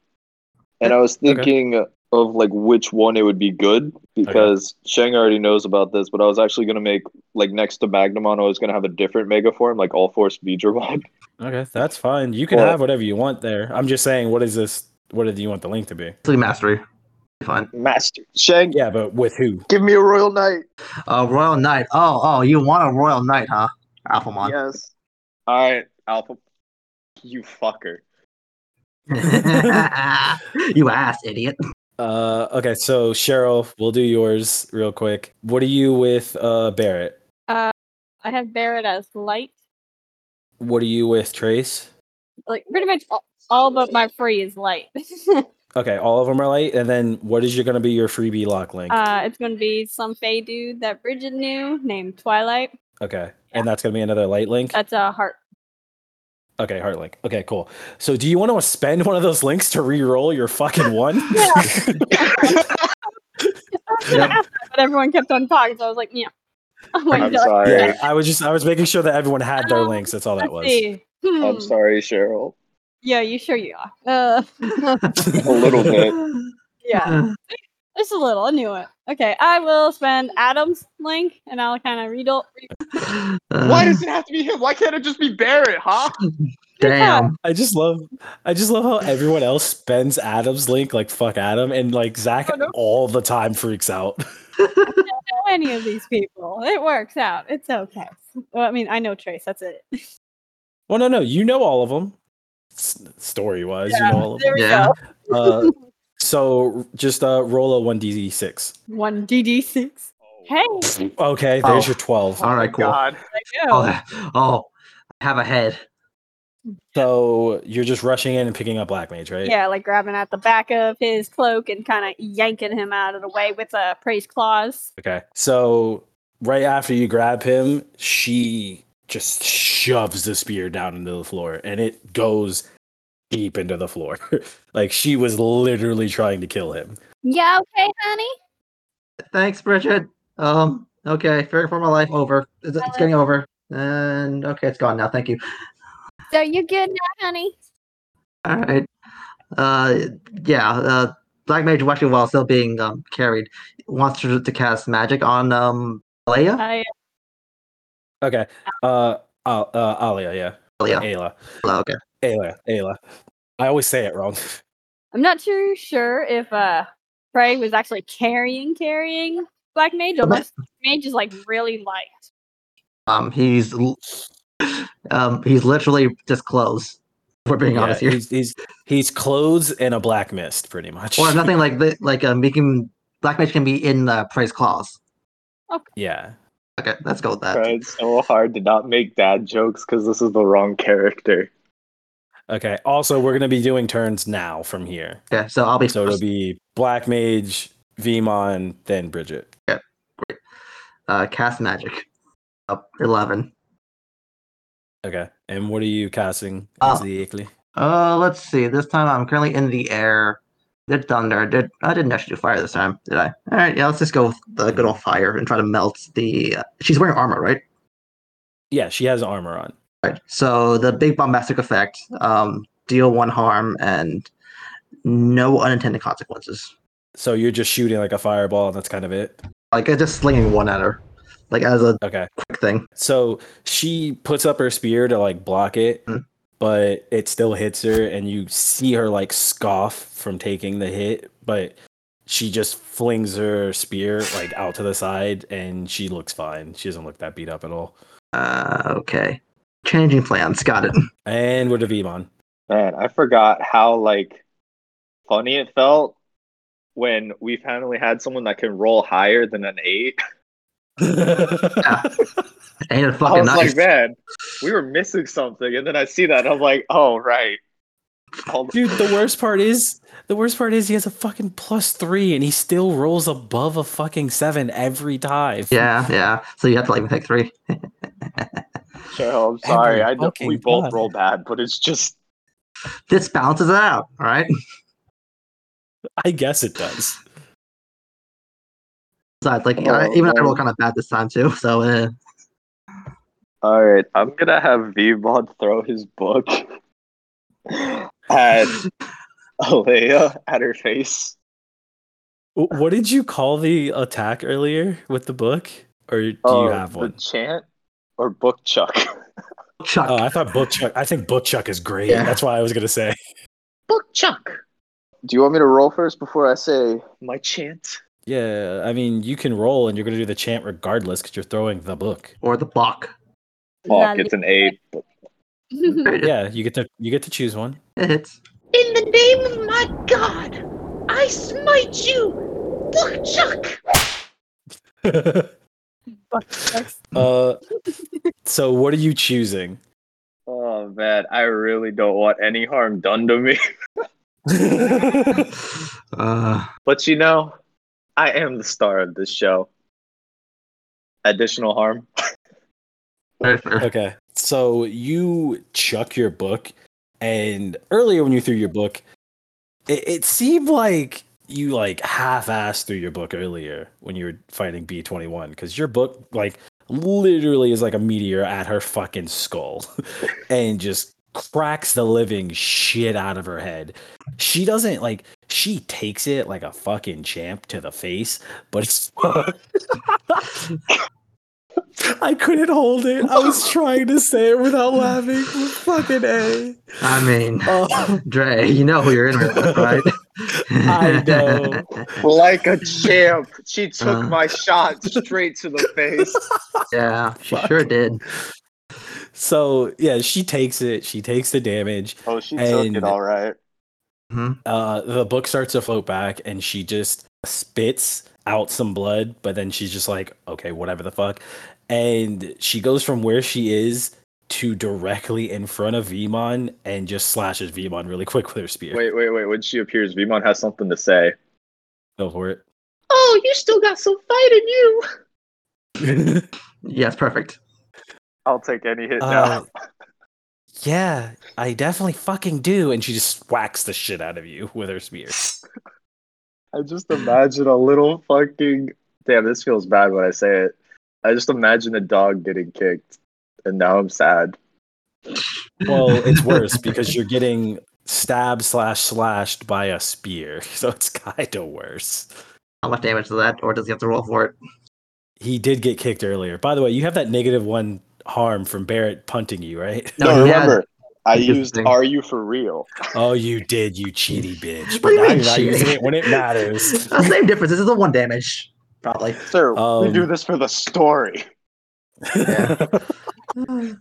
E: And I was thinking of like which one it would be good because Shang already knows about this. But I was actually gonna make like next to Magnamon, I was gonna have a different mega form, like All Force Beedramon.
A: Okay, that's fine. You can
E: Well-
A: have whatever you want there. I'm just saying, what is this? What do you want the link to be?
C: Sleep mastery. Fine.
E: Master Shang,
A: Yeah, but with who?
E: give me a Royal Knight.
C: Uh, royal knight. Oh, oh, you want a royal knight, huh? Alphamon.
E: Yes. All right, Alpha. You fucker.
C: you ass idiot.
A: Uh, okay, so Cheryl, we'll do yours real quick. What are you with uh, Barrett?
D: uh I have Barrett as light.
A: What are you with Trace?
D: Like pretty much all, all but my free is light. uh
A: Okay, all of them are light. And then what is you're going to be your freebie lock link?
D: Uh, it's gonna be some Fey dude that Bridget knew named Twilight.
A: okay, and that's going to be another light link.
D: That's a heart.
A: Okay, heart link. Okay, cool. So do you want to spend one of those links to re-roll your fucking one?
D: Yeah. I was gonna ask that, but everyone kept on talking, so I was like, yeah. Oh I'm like,
E: I'm
D: "No,
E: sorry.
A: Yeah, I was just I was making sure that everyone had their
D: Um,
A: links. That's all that was.
D: let's see. Hmm.
E: I'm sorry, Cheryl.
D: Yeah, you sure you are. Uh,
E: A little bit.
D: yeah,
C: Uh-huh.
D: just a little. I knew it. Okay, I will spend Adam's link, and I'll kind of read it.
E: Why
C: Why
E: does it have to be him? Why can't it just be Barrett, huh?
C: Damn.
A: I just love, I just love how everyone else spends Adam's link like fuck Adam, and like Zach
D: Oh, no.
A: all the time freaks out.
D: Know any of these people? It works out. It's okay. Well, I mean, I know Trace. That's it.
A: Well, no, no, you know all of them, story wise, you know all of
D: There
A: them.
D: we
C: Yeah.
D: go.
A: Uh, so just uh, roll a one d six.
D: One DD six.
A: Oh.
D: Hey,
A: Okay, there's
C: Oh.
A: your twelve.
C: All right, cool.
E: God.
D: I
C: Oh,
D: know.
C: that- oh, I have a head.
A: So you're just rushing in and picking up Black Mage, right?
D: Yeah, like grabbing at the back of his cloak and kind of yanking him out of the way with uh, praise claws.
A: Okay. So right after you grab him, she just shoves the spear down into the floor and it goes deep into the floor. like she was literally trying to kill him.
D: Yeah, okay, honey.
C: Thanks, Bridget. Um, okay, fair for my life. Over. It's, it's getting over. And okay, it's gone now. Thank you.
D: So you good now, honey?
C: All right. Uh, yeah. Uh, Black Mage, watching while still being um, carried, wants to, to cast magic on um Leia.
D: I
A: Okay. Uh Al- uh Alia, yeah.
C: Leia.
A: Ayla.
C: Okay.
A: Ayla. Ayla. I always say it wrong.
D: I'm not too sure if uh Prey was actually carrying carrying Black Mage or
C: Black-
D: if Mage is like really light.
C: Um, he's l- um he's literally just clothes. If we're being
A: Yeah,
C: honest here.
A: he's he's he's clothes and a black mist, pretty much.
C: Or nothing like the, like um, he can Black Mage can be in the praise clause.
A: yeah.
C: Okay, let's go with that.
E: Tried so hard to not make dad jokes because this is the wrong character.
A: Okay. Also, we're gonna be doing turns now from here.
C: Okay, so I'll be
A: So it'll
C: first.
A: be Black Mage, Vemon, then Bridget.
C: uh, cast magic. Up eleven.
A: Okay. And what are you casting as
C: Oh.
A: the Ickly?
C: Uh, let's see. This time I'm currently in the air. They're thunder. Did I didn't actually do fire this time, did I? All right, yeah. Let's just go with the good old fire and try to melt the. Uh, she's wearing armor, right?
A: Yeah, she has armor on.
C: Right. So the big bombastic effect, um, deal one harm and no unintended consequences.
A: So you're just shooting like a fireball, and that's kind of it.
C: Like I just slinging one at her, like as a
A: Okay.
C: quick thing.
A: So she puts up her spear to like block it,
C: Mm.
A: but it still hits her, and you see her like scoff from taking the hit, but she just flings her spear like out to the side, and she looks fine. She doesn't look that beat up at all.
C: Uh, okay. Changing plans. Got it.
A: And we're to Vimon.
E: Man, I forgot how like funny it felt when we finally had someone that can roll higher than an eight.
C: Ain't it
E: I
C: fucking
E: was
C: Oh, nice?
E: like, man, we were missing something, and then I see that, and I'm like, oh right. All the-
A: Dude, the worst part is the worst part is he has a fucking plus three, and he still rolls above a fucking seven every time.
C: yeah, yeah. So you have to like take three.
E: Cheryl, I'm sorry.
A: Every
E: I know we
A: fucking
E: both
A: time.
E: roll bad, but it's just
C: This balances it out. All right.
A: I guess it does.
C: Besides, like
E: Oh,
C: I, even I
E: man.
C: roll kind of bad this time too. So uh,
E: all right. I'm gonna have Vmod throw his book at Alea at her face.
A: Wh- What did you call the attack earlier with the book? Or do you
E: Uh,
A: have
E: the
A: one?
E: chant or book chuck?
C: Chuck.
A: Oh, I thought book chuck. I think book chuck is great.
C: Yeah.
A: That's why I was gonna say.
E: book chuck. Do you want me to roll first before I say my chant?
A: Yeah, I mean, you can roll and you're gonna do the chant regardless because you're throwing the book.
C: or the block.
E: Fuck, it's an eight. but-
C: Right,
A: Yeah, you get to you get to choose one.
C: It hits.
G: In the name of my God, I smite you, Book Chuck.
A: uh, so what are you choosing?
E: Oh man, I really don't want any harm done to me.
C: Uh,
E: But you know, I am the star of this show. Additional harm.
C: very fair.
A: Okay. So you chuck your book, and earlier when you threw your book, it, it seemed like you like half-assed through your book earlier when you were fighting B twenty one because your book like literally is like a meteor at her fucking skull, and just cracks the living shit out of her head. She doesn't like. She takes it like a fucking champ to the face, but it's. I couldn't hold it. I was trying to say it without laughing. Fucking A.
C: I mean,
A: Oh,
C: Dre, you know who you're in with, right?
A: I know.
E: Like a champ, she took
C: Uh.
E: my shot straight to the face.
C: Yeah, she
A: Fuck.
C: sure did.
A: so yeah, she takes it. She takes the damage.
E: Oh, she
A: took it And- all
E: right.
A: Uh, the book starts to float back, and she just spits out some blood. But then she's just like, "Okay, whatever the fuck," and she goes from where she is to directly in front of Vimon and just slashes Vimon really quick with her spear.
E: Wait, wait, wait. When she appears, Vimon has something to say.
A: Go for it.
G: Oh, you still got some fight in you.
C: Yes, perfect.
E: I'll take any hit
A: Uh, yeah, I definitely fucking do. And she just whacks the shit out of you with her spear.
E: now. I just imagine a little fucking. Damn, this feels bad when I say it. I just imagine a dog getting kicked, and now I'm sad.
A: Well, it's worse because you're getting stabbed slash slashed by a spear. So it's kind of worse.
C: How much damage is that, or does he have to roll for it?
A: He did get kicked earlier. By the way, you have that negative one harm from Barrett punting you, right?
E: No,
C: he had-
E: remember, I
C: Here's the
E: used
C: thing.
E: "Are you for real?"
A: Oh, you did, you cheaty bitch.
C: What do you
A: now
C: mean
A: you're not
C: cheating?
A: using it when it matters.
C: Uh, same difference. This is a one damage, probably.
E: Sir, we
A: Um,
E: do this for the story.
C: Yeah. Uh,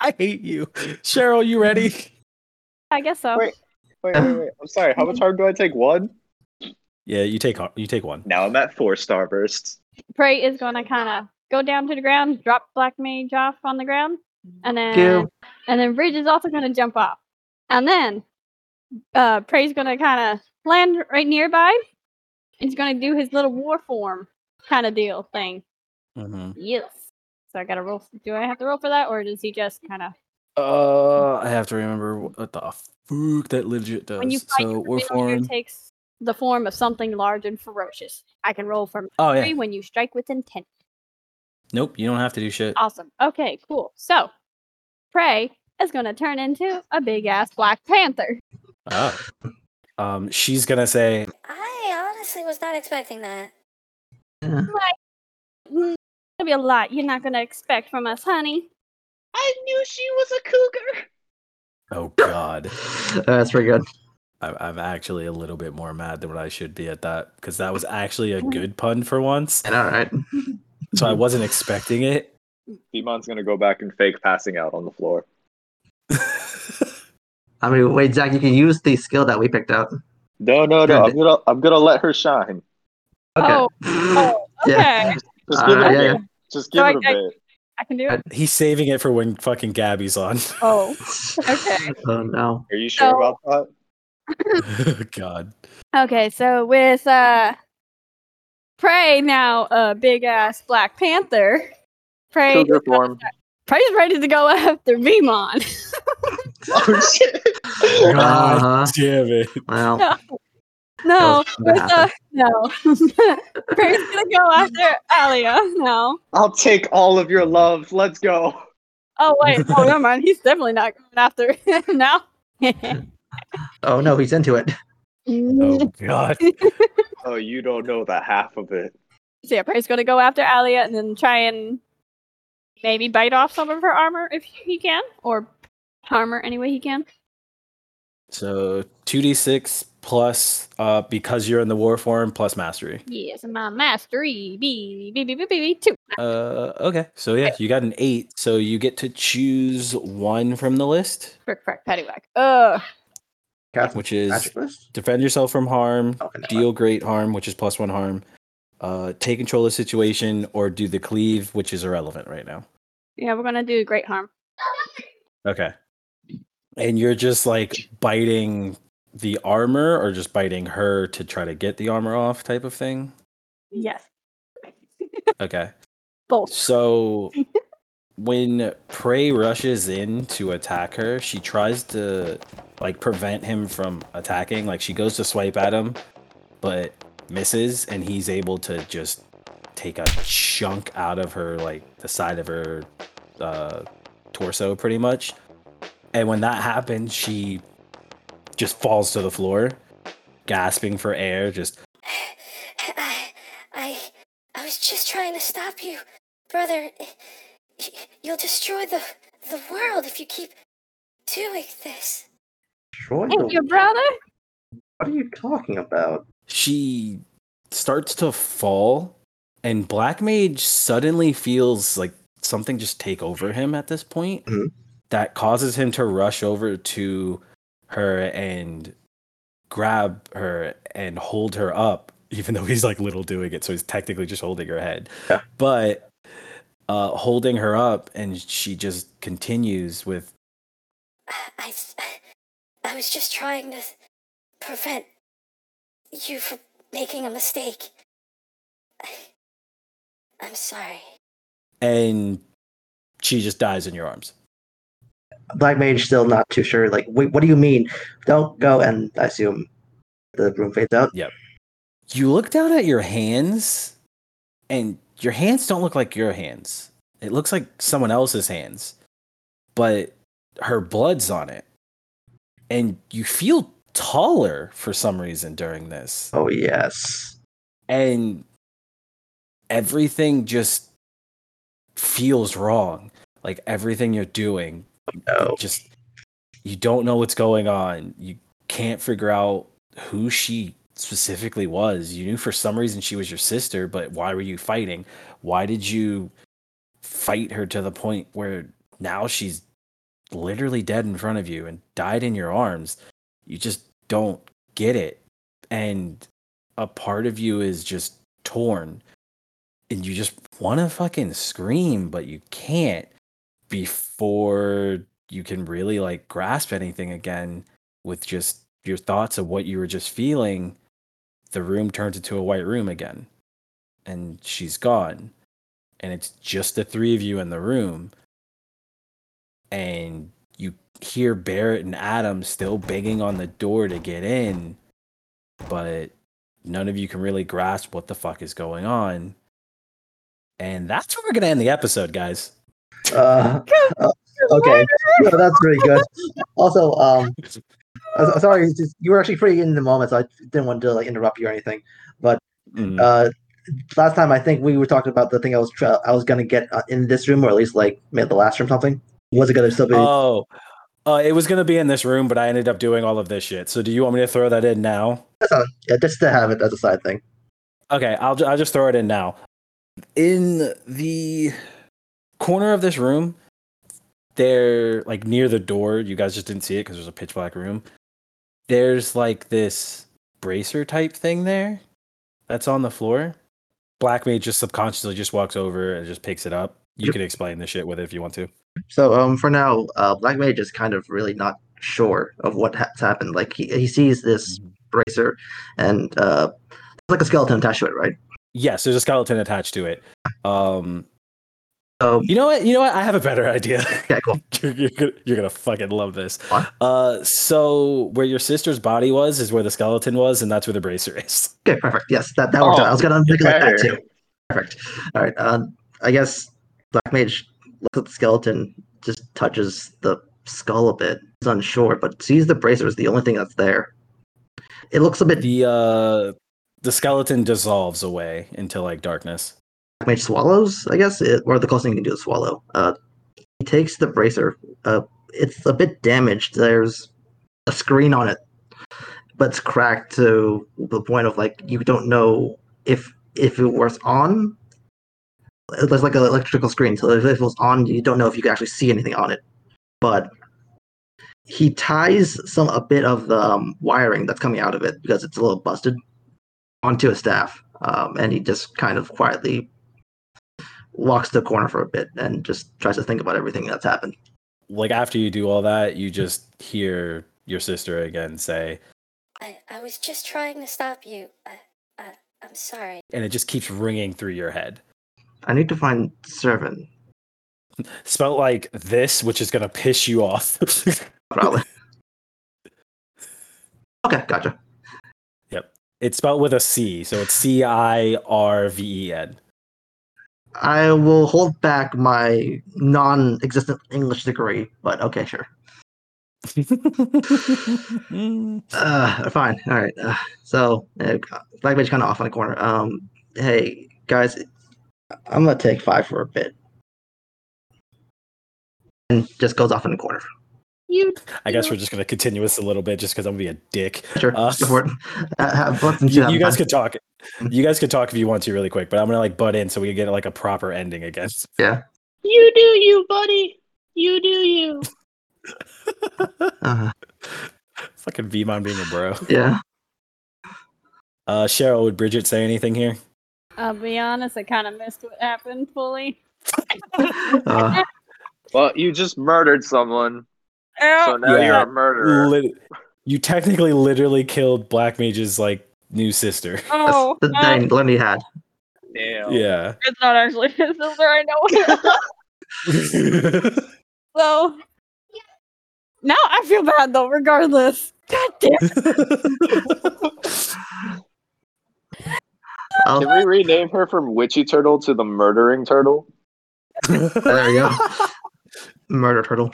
A: I hate you. Cheryl, you ready?
D: I guess so.
E: Wait. Wait, wait, wait. I'm sorry. How much harm do I take? One.
A: Yeah, you take you take one.
E: Now I'm at four starbursts.
D: Prey is gonna kind of go down to the ground, drop Black Mage off on the ground, and then
C: Ew.
D: and then Ridge is also gonna jump off, and then uh, Prey's gonna kind of land right nearby. He's gonna do his little war form kind of deal thing.
A: Mhm.
D: Yes. So I gotta roll. Do I have to roll for that, or does he just kind of?
A: Uh, I have to remember what the fuck that legit does.
D: When you fight,
A: so
D: your
A: war
D: familiar
A: form.
D: takes the form of something large and ferocious. I can roll from
A: Oh
D: three
A: yeah.
D: when you strike with intent.
A: Nope. You don't have to do shit.
D: Awesome. Okay, cool. So, prey is going to turn into a big ass black panther.
A: Oh. Um, she's gonna say,
F: I honestly was not expecting that.
D: Mm, Gonna be a lot you're not gonna expect from us, honey.
G: I knew she was a cougar.
A: "Oh God,
C: Uh, that's pretty good.
A: I- I'm actually a little bit more mad than what I should be at that because that was actually a good pun for once.
C: And all right.
A: So I wasn't expecting it.
E: Demon's gonna go back and fake passing out on the floor.
C: I mean, wait, Zach, you can use the skill that we picked out.
E: No, no, no.
C: Good.
E: I'm gonna I'm gonna let her shine.
C: Okay.
D: Oh, oh, okay.
C: Yeah.
E: Just
C: All
E: give
C: right,
E: it a
C: yeah,
E: bit. Just give
D: So
E: it a
D: I- I-
E: bit.
D: I can do it.
A: He's saving it for when fucking Gabby's on.
D: Oh, Okay.
C: Oh no.
E: Are you sure
D: So-
E: about that?
A: God.
D: okay. So with uh, prey now a big ass black panther. Prey,
E: Cougar form.
D: prey's ready to go after Vemon.
E: Oh, shit.
A: God
C: Uh-huh.
A: damn it.
C: Well,
D: No, no,
C: That was gonna
D: with, uh, no. prey's gonna go after Alia. No.
E: I'll take all of your love. Let's go.
D: Oh wait, oh never mind. He's definitely not going after him now.
C: oh no, he's into it.
A: Oh God.
E: Oh, you don't know the half of it.
D: So yeah, Prey's gonna go after Alia and then try and maybe bite off some of her armor if he can, or harm her any way he can.
A: So two d six plus uh because you're in the war form plus mastery.
D: Yes, my mastery. B B B B B B two.
A: Uh okay. So yeah, you got an eight. So you get to choose one from the list,
D: Frick frick paddywhack. Ugh.
C: Cast
A: which is
C: magic list?
A: defend yourself from harm,
C: Okay, never mind.
A: deal great harm, which is plus one harm, uh, take control of the situation, or do the cleave, which is irrelevant right now.
D: Yeah, we're gonna do great harm.
A: Okay. And you're just like biting the armor or just biting her to try to get the armor off type of thing.
D: Yes.
A: Okay.
D: Both.
A: So when Prey rushes in to attack her, she tries to like prevent him from attacking. Like she goes to swipe at him, but misses, and he's able to just take a chunk out of her, like the side of her uh, torso, pretty much. And when that happens, she just falls to the floor, gasping for air. Just
F: I, I, I was just trying to stop you, brother. Y- You'll destroy the the world if you keep doing this.
C: Troy,
D: And your brother?
C: what are you talking about?
A: she starts to fall and black mage suddenly feels like something just take over him at this point
C: Mhm.
A: that causes him to rush over to her and grab her and hold her up even though he's like little doing it so he's technically just holding her head
C: Yeah.
A: but uh holding her up and she just continues with
F: I, I, I was just trying to prevent you from making a mistake. I- I'm sorry.
A: and she just dies in your arms
C: Black Mage still not too sure. Like, wait, what do you mean? Don't go and I assume the room fades out.
A: you look down at your hands and your hands don't look like your hands it looks like someone else's hands but her blood's on it and you feel taller for some reason during this
C: Oh yes.
A: and everything just feels wrong like everything you're doing
C: Oh.
A: it just you don't know what's going on. You can't figure out who she specifically was. You knew for some reason she was your sister, but why were you fighting? Why did you fight her to the point where now she's literally dead in front of you and died in your arms? You just don't get it. And a part of you is just torn. And you just want to fucking scream, but you can't before you can really like grasp anything again with just your thoughts of what you were just feeling the room turns into a white room again and she's gone and it's just the three of you in the room and you hear barrett and adam still banging on the door to get in but none of you can really grasp what the fuck is going on. And that's where we're gonna end the episode, guys.
C: Uh, okay, no, that's really good. Also, um, uh, sorry, it's just- you were actually pretty in the moment, so I didn't want to like interrupt you or anything.
A: Mm.
C: Uh, last time I think we were talking about the thing I was try- I was gonna get uh, in this room, or at least like maybe the last room, something. Was it gonna still be?
A: oh, uh, it was gonna be in this room, but I ended up doing all of this shit. So do you want me to throw that in now?
C: That's not, yeah, uh, just to have it as a side thing.
A: Okay, I'll ju- I'll just throw it in now. In the corner of this room, there like near the door, you guys just didn't see it because there's a pitch black room. There's like this bracer type thing there that's on the floor. Black Mage just subconsciously just walks over and just picks it up. You
C: Yep.
A: can explain the shit with it if you want to.
C: So um, for now, uh, Black Mage is kind of really not sure of what has happened. Like he, he sees this bracer, and uh, there's like a skeleton attached to it, right?
A: Yes, there's a skeleton attached to it. Um,
C: So
A: you know what? You know what? I have a better idea.
C: yeah, cool.
A: you're, you're, gonna, you're gonna fucking love this.
C: What?
A: Uh, so where your sister's body was is where the skeleton was, and that's where the bracer is.
C: Okay, perfect. Yes, that, that worked
E: Oh,
C: out. I was gonna make it like that
E: better.
C: too. Perfect. All right. Um, I guess Black Mage looks at the skeleton, just touches the skull a bit. He's unsure, but sees the bracer is the only thing that's there. It looks a bit.
A: The uh, the skeleton dissolves away into like darkness.
C: Black Mage swallows, I guess, it, or the closest thing you can do is swallow. Uh, he takes the bracer. Uh, it's a bit damaged. There's a screen on it, but it's cracked to the point of like you don't know if if it was on. There's like an electrical screen, so if it was on, you don't know if you can actually see anything on it. But he ties some a bit of the um, wiring that's coming out of it because it's a little busted onto a staff, um, and he just kind of quietly walks to the corner for a bit and just tries to think about everything that's happened.
A: Like after you do all that, you just hear your sister again say,
F: I, I was just trying to stop you. I, I, I'm sorry.
A: and it just keeps ringing through your head.
C: I need to find Servant,
A: Spelt like this, which is gonna piss you off.
C: probably. okay, gotcha.
A: it's spelled with a C, so it's C I R V E N.
C: I will hold back my non existent English degree, but okay, sure. Uh, fine. All right. Uh, so, uh, Black Mage kind of off on the corner. Um, hey, guys, I'm going to take five for a bit. And just goes off in the corner.
D: You
A: I guess we're just gonna continue this a little bit, just because I'm gonna be a dick.
C: Sure.
A: Uh,
C: go for it. Uh, have- let's
A: you,
C: have
A: you guys
C: fun.
A: could talk you guys could talk if you want to really quick but i'm gonna like butt in so we can get like a proper ending i guess
G: You do you, buddy. You do you.
C: Uh,
A: fucking vmon being a bro
C: yeah.
A: uh cheryl would bridget say anything here
D: I'll be honest, I kind of missed what happened fully.
C: Uh,
E: Well, you just murdered someone, so now
A: Yeah.
E: you're a murderer.
A: Lit- you technically literally killed black mage's like new sister
D: oh,
C: that's the
D: uh,
C: thing Lenny had.
E: Damn.
A: yeah
D: it's not actually his sister. I know. so now I feel bad though. Regardless, god damn.
C: Oh,
E: Can we rename her from Witchy Turtle to the Murdering Turtle?
C: there we go. Murder turtle.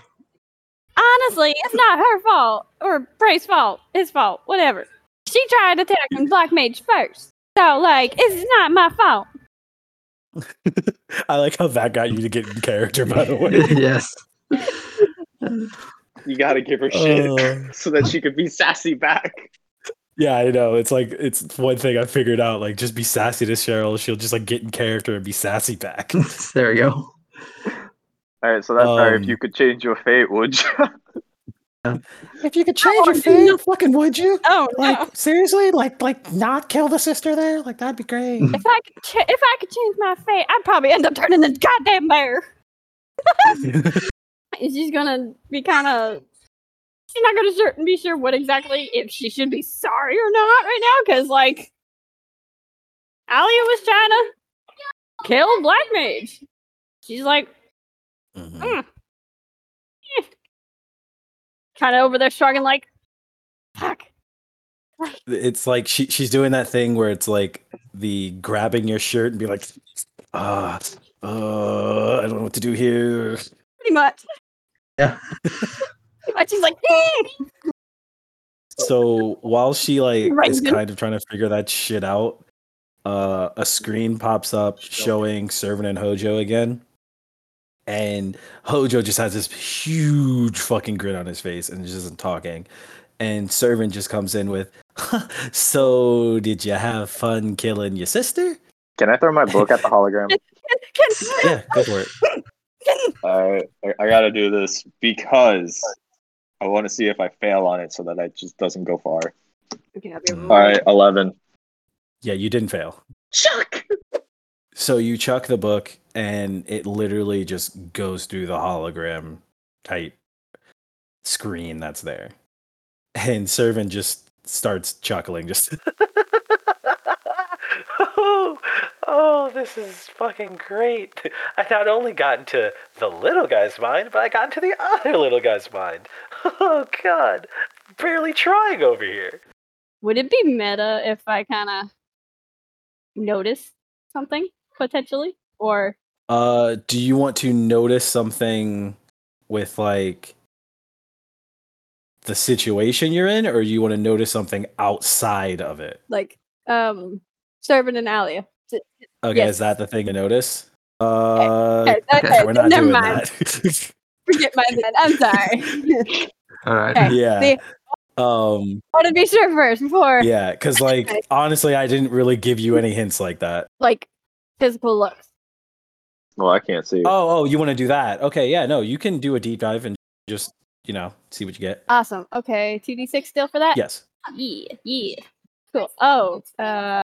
D: Honestly, it's not her fault or Bray's fault. His fault, whatever. She tried attacking Black Mage first, so like it's not my fault.
A: i like how that got you to get in character by the way
C: yes.
E: You gotta give her shit
A: Uh.
E: so that she could be sassy back.
A: Yeah, I know. It's like it's one thing I figured out. Like, just be sassy to Cheryl. She'll just like get in character and be sassy back.
C: there we go.
E: All right, so that's all right.
A: Um.
E: If you could change your fate, would you?
A: if you could
D: change your fate,
A: fucking would you?
D: Oh no!
A: seriously? Like, like not kill the sister there? Like, that'd be great.
D: If I could, ch- if I could change my fate, I'd probably end up turning the goddamn bear. She's gonna be kind of. She's not gonna sure, be sure what exactly if she should be sorry or not right now, because like, Alia was trying to kill Black Mage. She's like
A: Mm-hmm.
D: kind of over there shrugging, like, "Fuck,
A: It's like she she's doing that thing where it's like the grabbing your shirt and be like, ah, uh, I don't know what to do here.
D: Pretty much.
C: Yeah.
D: Pretty much. She's like,
A: So while she like
D: Right,
A: is
D: dude.
A: kind of trying to figure that shit out, uh, a screen pops up showing Servant and Hojo again, and Hojo just has this huge fucking grin on his face and just isn't talking, and Servant just comes in with, "So did you have fun killing your sister?"
E: Can I throw my book at the hologram?
D: "Can-
A: Yeah, go for it.
D: can-
E: I I, I got to do this because I want to see if I fail on it so that it just doesn't go far.
D: Okay, I'll be
A: Mm.
E: All right, eleven.
A: Yeah, you didn't fail.
G: Chuck!
A: So you chuck the book, and it literally just goes through the hologram type screen that's there. And Servant just starts chuckling, just oh, oh, this is fucking great. I not only got into the little guy's mind, but I got into the other little guy's mind. Oh god. Barely trying over here.
D: Would it be meta if I kind of notice something potentially, or
A: Uh, do you want to notice something with like the situation you're in, or you want to notice something outside of it?
D: like um, servant and Alia? S-
A: Okay,
D: Yes.
A: is that the thing to notice? Uh,
D: Okay,
C: okay,
D: okay,
A: we're not
D: never
A: doing
D: mind.
A: that.
D: Forget my bad. I'm sorry.
C: All right.
D: Okay.
A: yeah.
D: See?
A: Um.
D: want to be sure first before
A: Yeah, because like
D: Okay.
A: honestly, I didn't really give you any hints like that.
D: like physical looks.
E: Well, I can't see.
A: Oh, oh, you want to do that? Okay, yeah, no, you can do a deep dive and just you know see what you get.
D: Awesome. Okay, two d six still for that.
A: Yes.
D: Yeah. Yeah. Cool. Oh. Uh.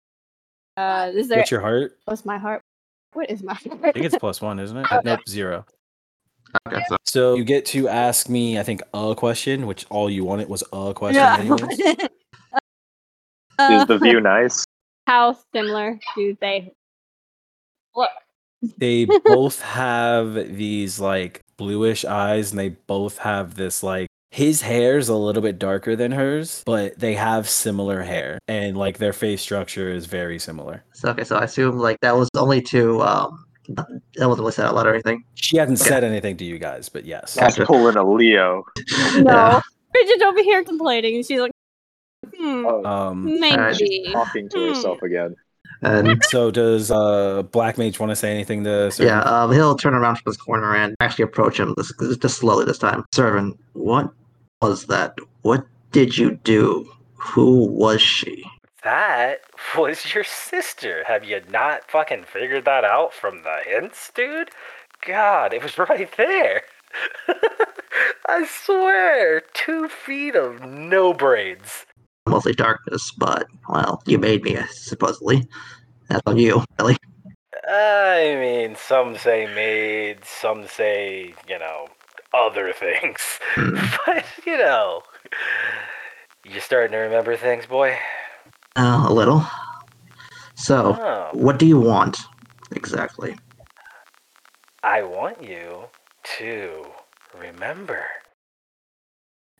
D: Uh. Is there?
A: What's your heart?
D: What's my heart? What is my heart?
A: I think it's plus one, isn't it? Nope, zero.
C: Okay. So
A: So you get to ask me, I think, a question, which all you wanted was a question. anyways.
D: Uh,
E: Is the view nice?
D: how similar do they look?
A: They both have these like bluish eyes, and they both have this like his hair's a little bit darker than hers, but they have similar hair, and like their face structure is very similar.
C: So okay, so I assume like that was only to um that wasn't really said out loud or anything.
A: She hasn't
C: Okay.
A: said anything to you guys, but yes.
E: That's pulling a Leo.
C: Yeah.
D: No. Bridget's over here complaining, and she's like, hmm,
E: Oh,
A: Um,
D: maybe.
E: she's talking to herself again.
C: And
A: so does uh Black Mage want to say anything to? Sir?
C: yeah, um, he'll turn around from his corner and actually approach him this, this- just slowly this time. Servant, what was that? What did you do? Who was she?
A: That was your sister. Have you not fucking figured that out from the hints, dude? God, it was right there. I swear, two feet of no braids.
C: Mostly darkness, but well, you made me supposedly. That's on you, really.
A: I mean, some say maid, some say, you know, other things.
C: Hmm.
A: but, you know, you starting to remember things, boy?
C: Uh, a little. So,
A: Oh.
C: what do you want exactly?
A: I want you to remember.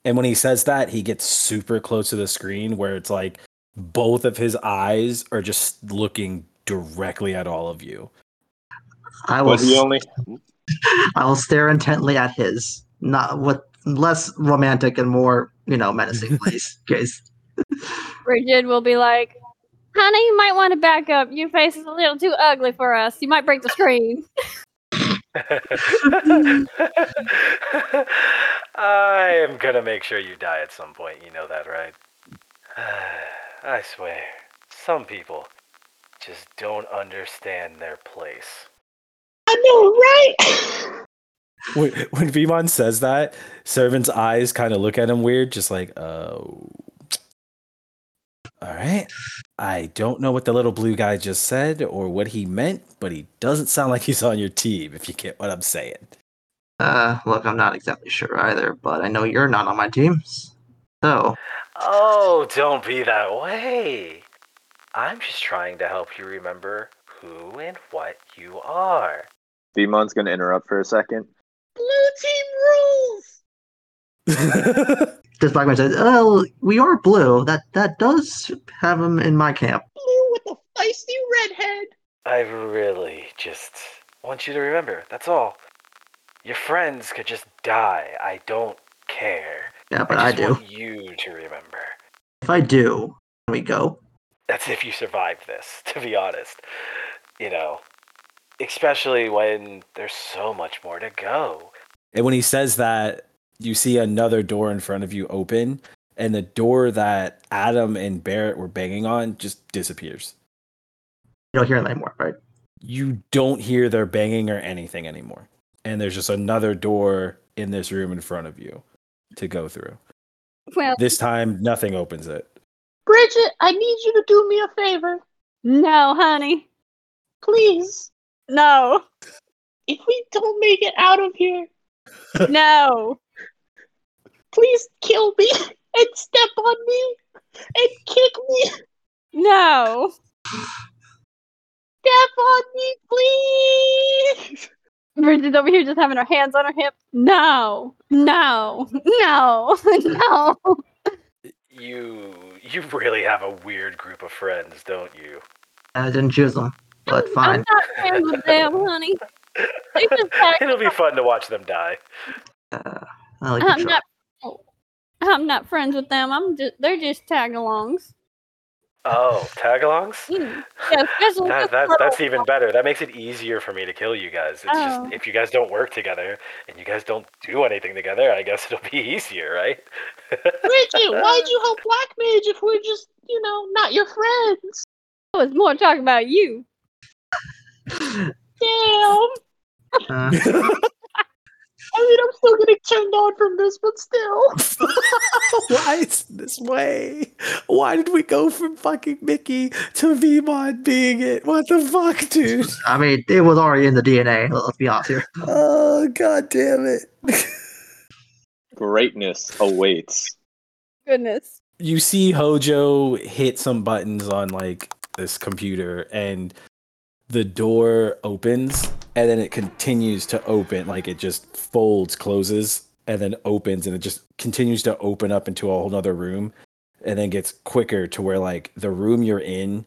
A: And when he says that, he gets super close to the screen where it's like both of his eyes are just looking directly at all of you.
C: I
E: Was
C: was
E: he only?
C: I will stare intently at his, not with less romantic and more, you know, menacing, please. Guys,
D: Bridget will be like, honey, you might want to back up. Your face is a little too ugly for us. You might break the screen.
A: I am gonna make sure you die at some point. You know that, right? I swear, some people just don't understand their place.
G: I know, right?
A: when, when Vimon says that, Servant's eyes kind of look at him weird, just like, oh. All right. I don't know what the little blue guy just said or what he meant, but he doesn't sound like he's on your team, if you get what I'm saying.
C: Uh, look, I'm not exactly sure either, but I know you're not on my team. So,
A: Oh, don't be that way. I'm just trying to help you remember who and what you are.
E: Demon's gonna interrupt for a second.
G: Blue team rules!
C: this black man says, "Oh, we are blue. That that does have him in my camp."
G: Blue with the feisty redhead.
H: I really just want you to remember. That's all. Your friends could just die. I don't care.
C: Yeah, but I,
H: just
C: do.
H: want you to remember.
C: If I do, can we go?
H: That's if you survived this, to be honest. You know, especially when there's so much more to go.
A: And when he says that, you see another door in front of you open, and the door that Adam and Barrett were banging on just disappears.
C: You don't hear that anymore, right?
A: You don't hear their banging or anything anymore. And there's just another door in this room in front of you to go through.
D: Well,
A: This time, nothing opens it.
G: Bridget, I need you to do me a favor,
D: no, honey.
G: please.
D: No,
G: If we don't make it out of here,
D: no.
G: please kill me and step on me and kick me.
D: No.
G: Step on me, please.
D: Bridget's over here just having her hands on her hip. No. No. No. No.
H: You you really have a weird group of friends, don't you?
C: I didn't choose them, but
D: I'm
C: fine.
D: not friends with them, honey. They just act-
H: It'll be fun to watch them die.
C: Uh, I like
D: I'm
C: the
D: not I'm not friends with them. I'm just they're just tag-alongs.
H: Oh, tagalongs?
D: Mm. Yeah, especially
H: That,
D: with
H: that,
D: the
H: that's even better. That makes it easier for me to kill you guys. It's
D: Oh.
H: just if you guys don't work together and you guys don't do anything together, I guess it'll be easier, right?
G: Bridget, why'd you help Black Mage if we're just, you know, not your friends?
D: I was more talking about you.
C: trope.
G: Damn.
C: Uh,
G: I mean, I'm still getting turned on from this, but still.
A: Why is this way? Why did we go from fucking Mickey to Vmon being it? What the fuck, dude?
C: I mean, it was already in the DNA. Let's be honest here.
A: Oh god damn it.
E: Greatness awaits.
D: Goodness.
A: you see Hojo hit some buttons on like this computer and the door opens and then it continues to open like it just folds closes and then opens and it just continues to open up into a whole nother room and then gets quicker to where like the room you're in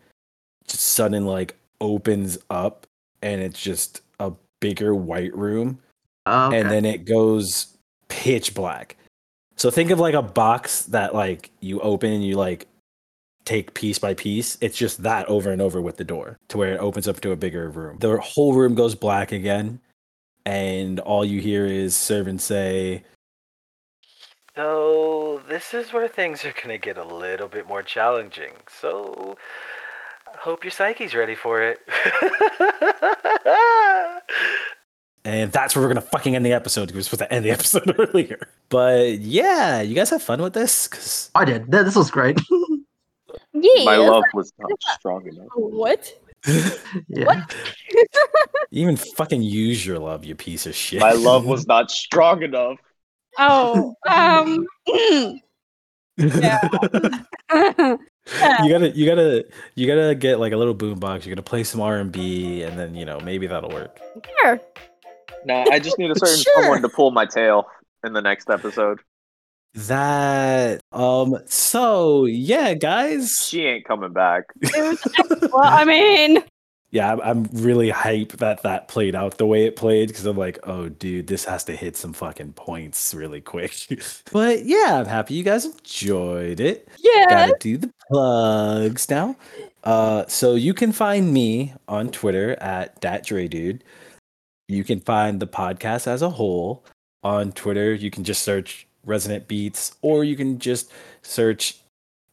A: just sudden like opens up and it's just a bigger white room
C: Okay.
A: and then it goes pitch black. So think of like a box that like you open and you like take piece by piece. It's just that over and over with the door to where it opens up to a bigger room. The whole room goes black again, and all you hear is servants say,
H: So this is where things are gonna get a little bit more challenging. So I hope your psyche's ready for it.
A: and that's where we're gonna fucking end the episode. 'cause We were supposed to end the episode earlier, but yeah, you guys have fun with this 'Cause
C: I did. Th- This was great.
D: Yeah.
E: My love was not strong enough.
D: What?
C: yeah.
D: What?
A: you even fucking use your love, you piece of shit.
E: My love was not strong enough.
D: Oh, um, mm.
A: you gotta you gotta you gotta get like a little boombox you gotta play some r&b and then you know maybe that'll work
D: sure.
E: Nah, I just need a certain
A: Sure.
E: someone to pull my tail in the next episode.
A: that um so yeah guys
E: She ain't coming back.
D: Well, I mean,
A: yeah I'm, I'm really hype that that played out the way it played because i'm like oh dude this has to hit some fucking points really quick but yeah i'm happy you guys enjoyed it
D: yeah.
A: gotta do the plugs now. Uh, so you can find me on Twitter at that Dre dude. You can find the podcast as a whole on Twitter. You can just search Resonant Beats, or you can just search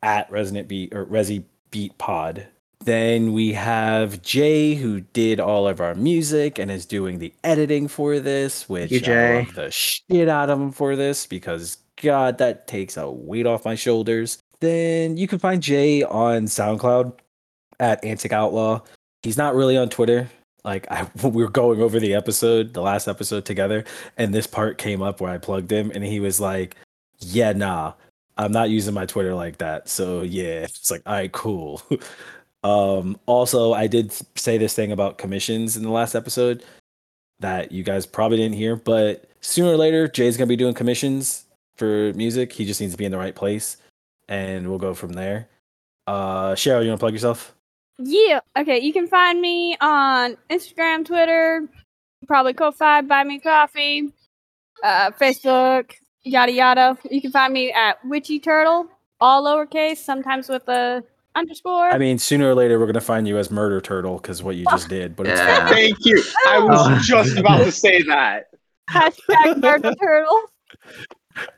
A: at Resonant Beat or Resi Beat Pod. Then we have Jay, who did all of our music and is doing the editing for this, which
C: you,
A: I
C: Jay.
A: love the shit out of him for this because God, that takes a weight off my shoulders. Then you can find Jay on SoundCloud at Antic Outlaw. He's not really on Twitter. Like I, we were going over the episode, the last episode together, and this part came up where I plugged him, and he was like, "Yeah, nah, I'm not using my Twitter like that. So yeah, it's like, all right, cool. um, also, I did say this thing about commissions in the last episode that you guys probably didn't hear, but sooner or later, Jay's gonna be doing commissions. for music. He just needs to be in the right place, and we'll go from there. Uh, Cheryl, you want to plug yourself?
D: Yeah. Okay, you can find me on Instagram, Twitter, probably Ko-Fi, Buy Me Coffee, uh, Facebook, yada yada. You can find me at Witchy Turtle, all lowercase, sometimes with a underscore.
A: I mean, sooner or later, we're gonna find you as Murder Turtle because what you just did. But it's
C: Yeah.
A: fine.
E: Thank you. I was
C: Oh.
E: just about to say that.
D: Hashtag Murder Turtle.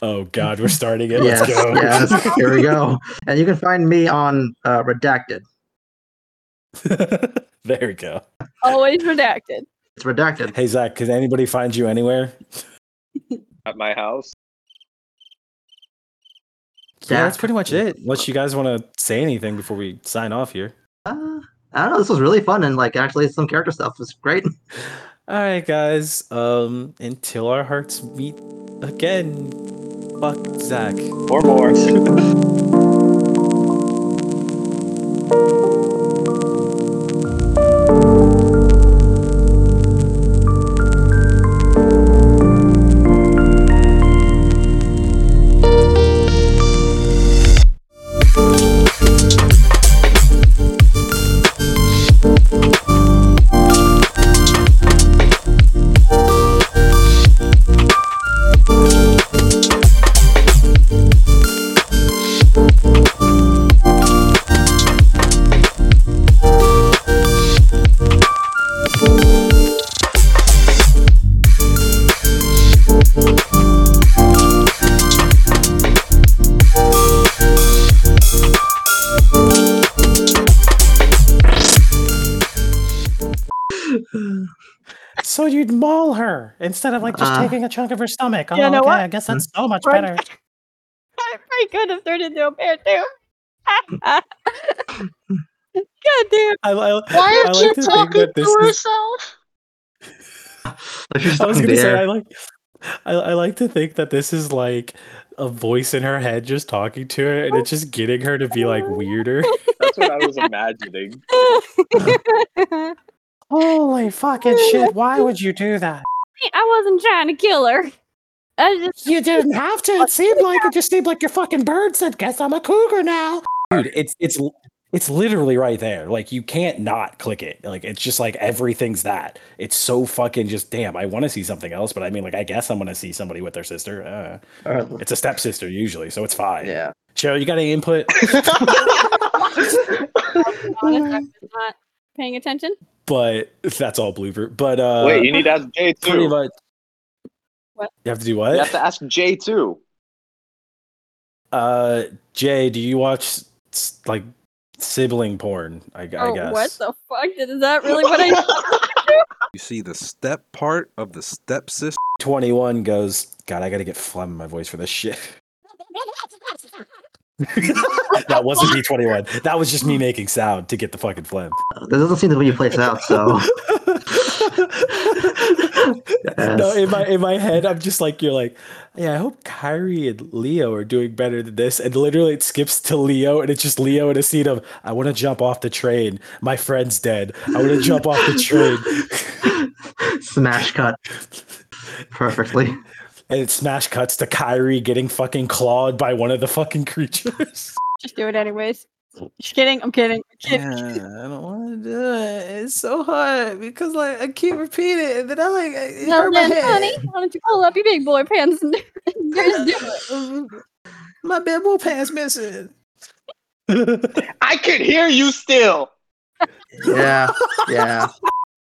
A: Oh God, we're starting it.
C: Yes,
A: Let's go.
C: yes. Here we go. And you can find me on uh, Redacted.
A: there we go.
D: Always redacted.
C: It's Redacted.
A: Hey Zach, can anybody find you anywhere?
E: At my house.
A: Yeah, that's
C: Zach.
A: pretty much it. Unless you guys want to say anything before we sign off here.
C: Uh, I don't know. This was really fun and like actually some character stuff was great.
A: All right, guys. Um, until our hearts meet again. Fuck Zach.
E: Or more.
A: So you'd maul her instead of like
C: just Uh. taking
A: a chunk of her stomach. Oh,
D: You know okay, what? I
A: guess that's so much
D: Right. better. I probably could have turned into a bear too. God damn.
A: I, I,
G: Why
A: I
G: aren't
A: like
G: you
A: to think
G: talking
A: that this
G: to
A: is-
G: herself?
C: Like she's
A: I was
C: talking
A: gonna
C: to
A: say
C: air.
A: I like I, I like to think that this is like a voice in her head just talking to her and it's just getting her to be like weirder.
E: That's what I was imagining.
D: I
A: Holy fucking
D: shit,
A: why would you do that?
D: wasn't trying to kill her. I was just
A: You didn't have to. It seemed like it just seemed like your fucking bird said, "Guess I'm a cougar now." Dude, it's it's it's literally right there. Like you can't not click it. Like it's just like everything's that. It's so fucking just damn. I want to see something else, but I mean, like I guess I'm gonna see somebody with their sister. Uh,
C: Uh,
A: it's a stepsister usually, so it's fine.
C: yeah.
A: Cheryl, you got any input?
D: honest, I was not paying attention.
A: but that's all blooper. But uh,
E: Wait, you need to ask Jay
A: pretty
E: too.
A: much.
D: What?
A: You have to do
E: You
A: what?
E: have to ask Jay too.
A: Uh, Jay, do you watch s- like sibling porn? I, I
D: oh,
A: guess.
D: what the fuck? Is that really what I
I: You see the step part of the stepsister.
A: 21 goes, God, I gotta get phlegm in my voice for this shit. that wasn't D21. That was just me making sound to get the fucking phlegm.
C: This doesn't seem to be placed out, so
A: No, in my in my head, I'm just like you're like, yeah. I hope Kyrie and Leo are doing better than this. And literally, it skips to Leo, and it's just Leo in a scene of, I want to jump off the train. My friend's dead. I want to jump off the train.
C: smash cut perfectly.
A: And it smash cuts to Kyrie getting fucking clawed by one of the fucking creatures.
D: just do it anyways? Just kidding. I'm kidding. I'm kidding.
A: I don't want to do it. It's so hard because like I keep repeating it, and then I like it
D: No, then, honey, why don't you pull up your big boy pants and just do it?
A: My bamboo pants missing.
E: I can hear you still.
C: Yeah, yeah.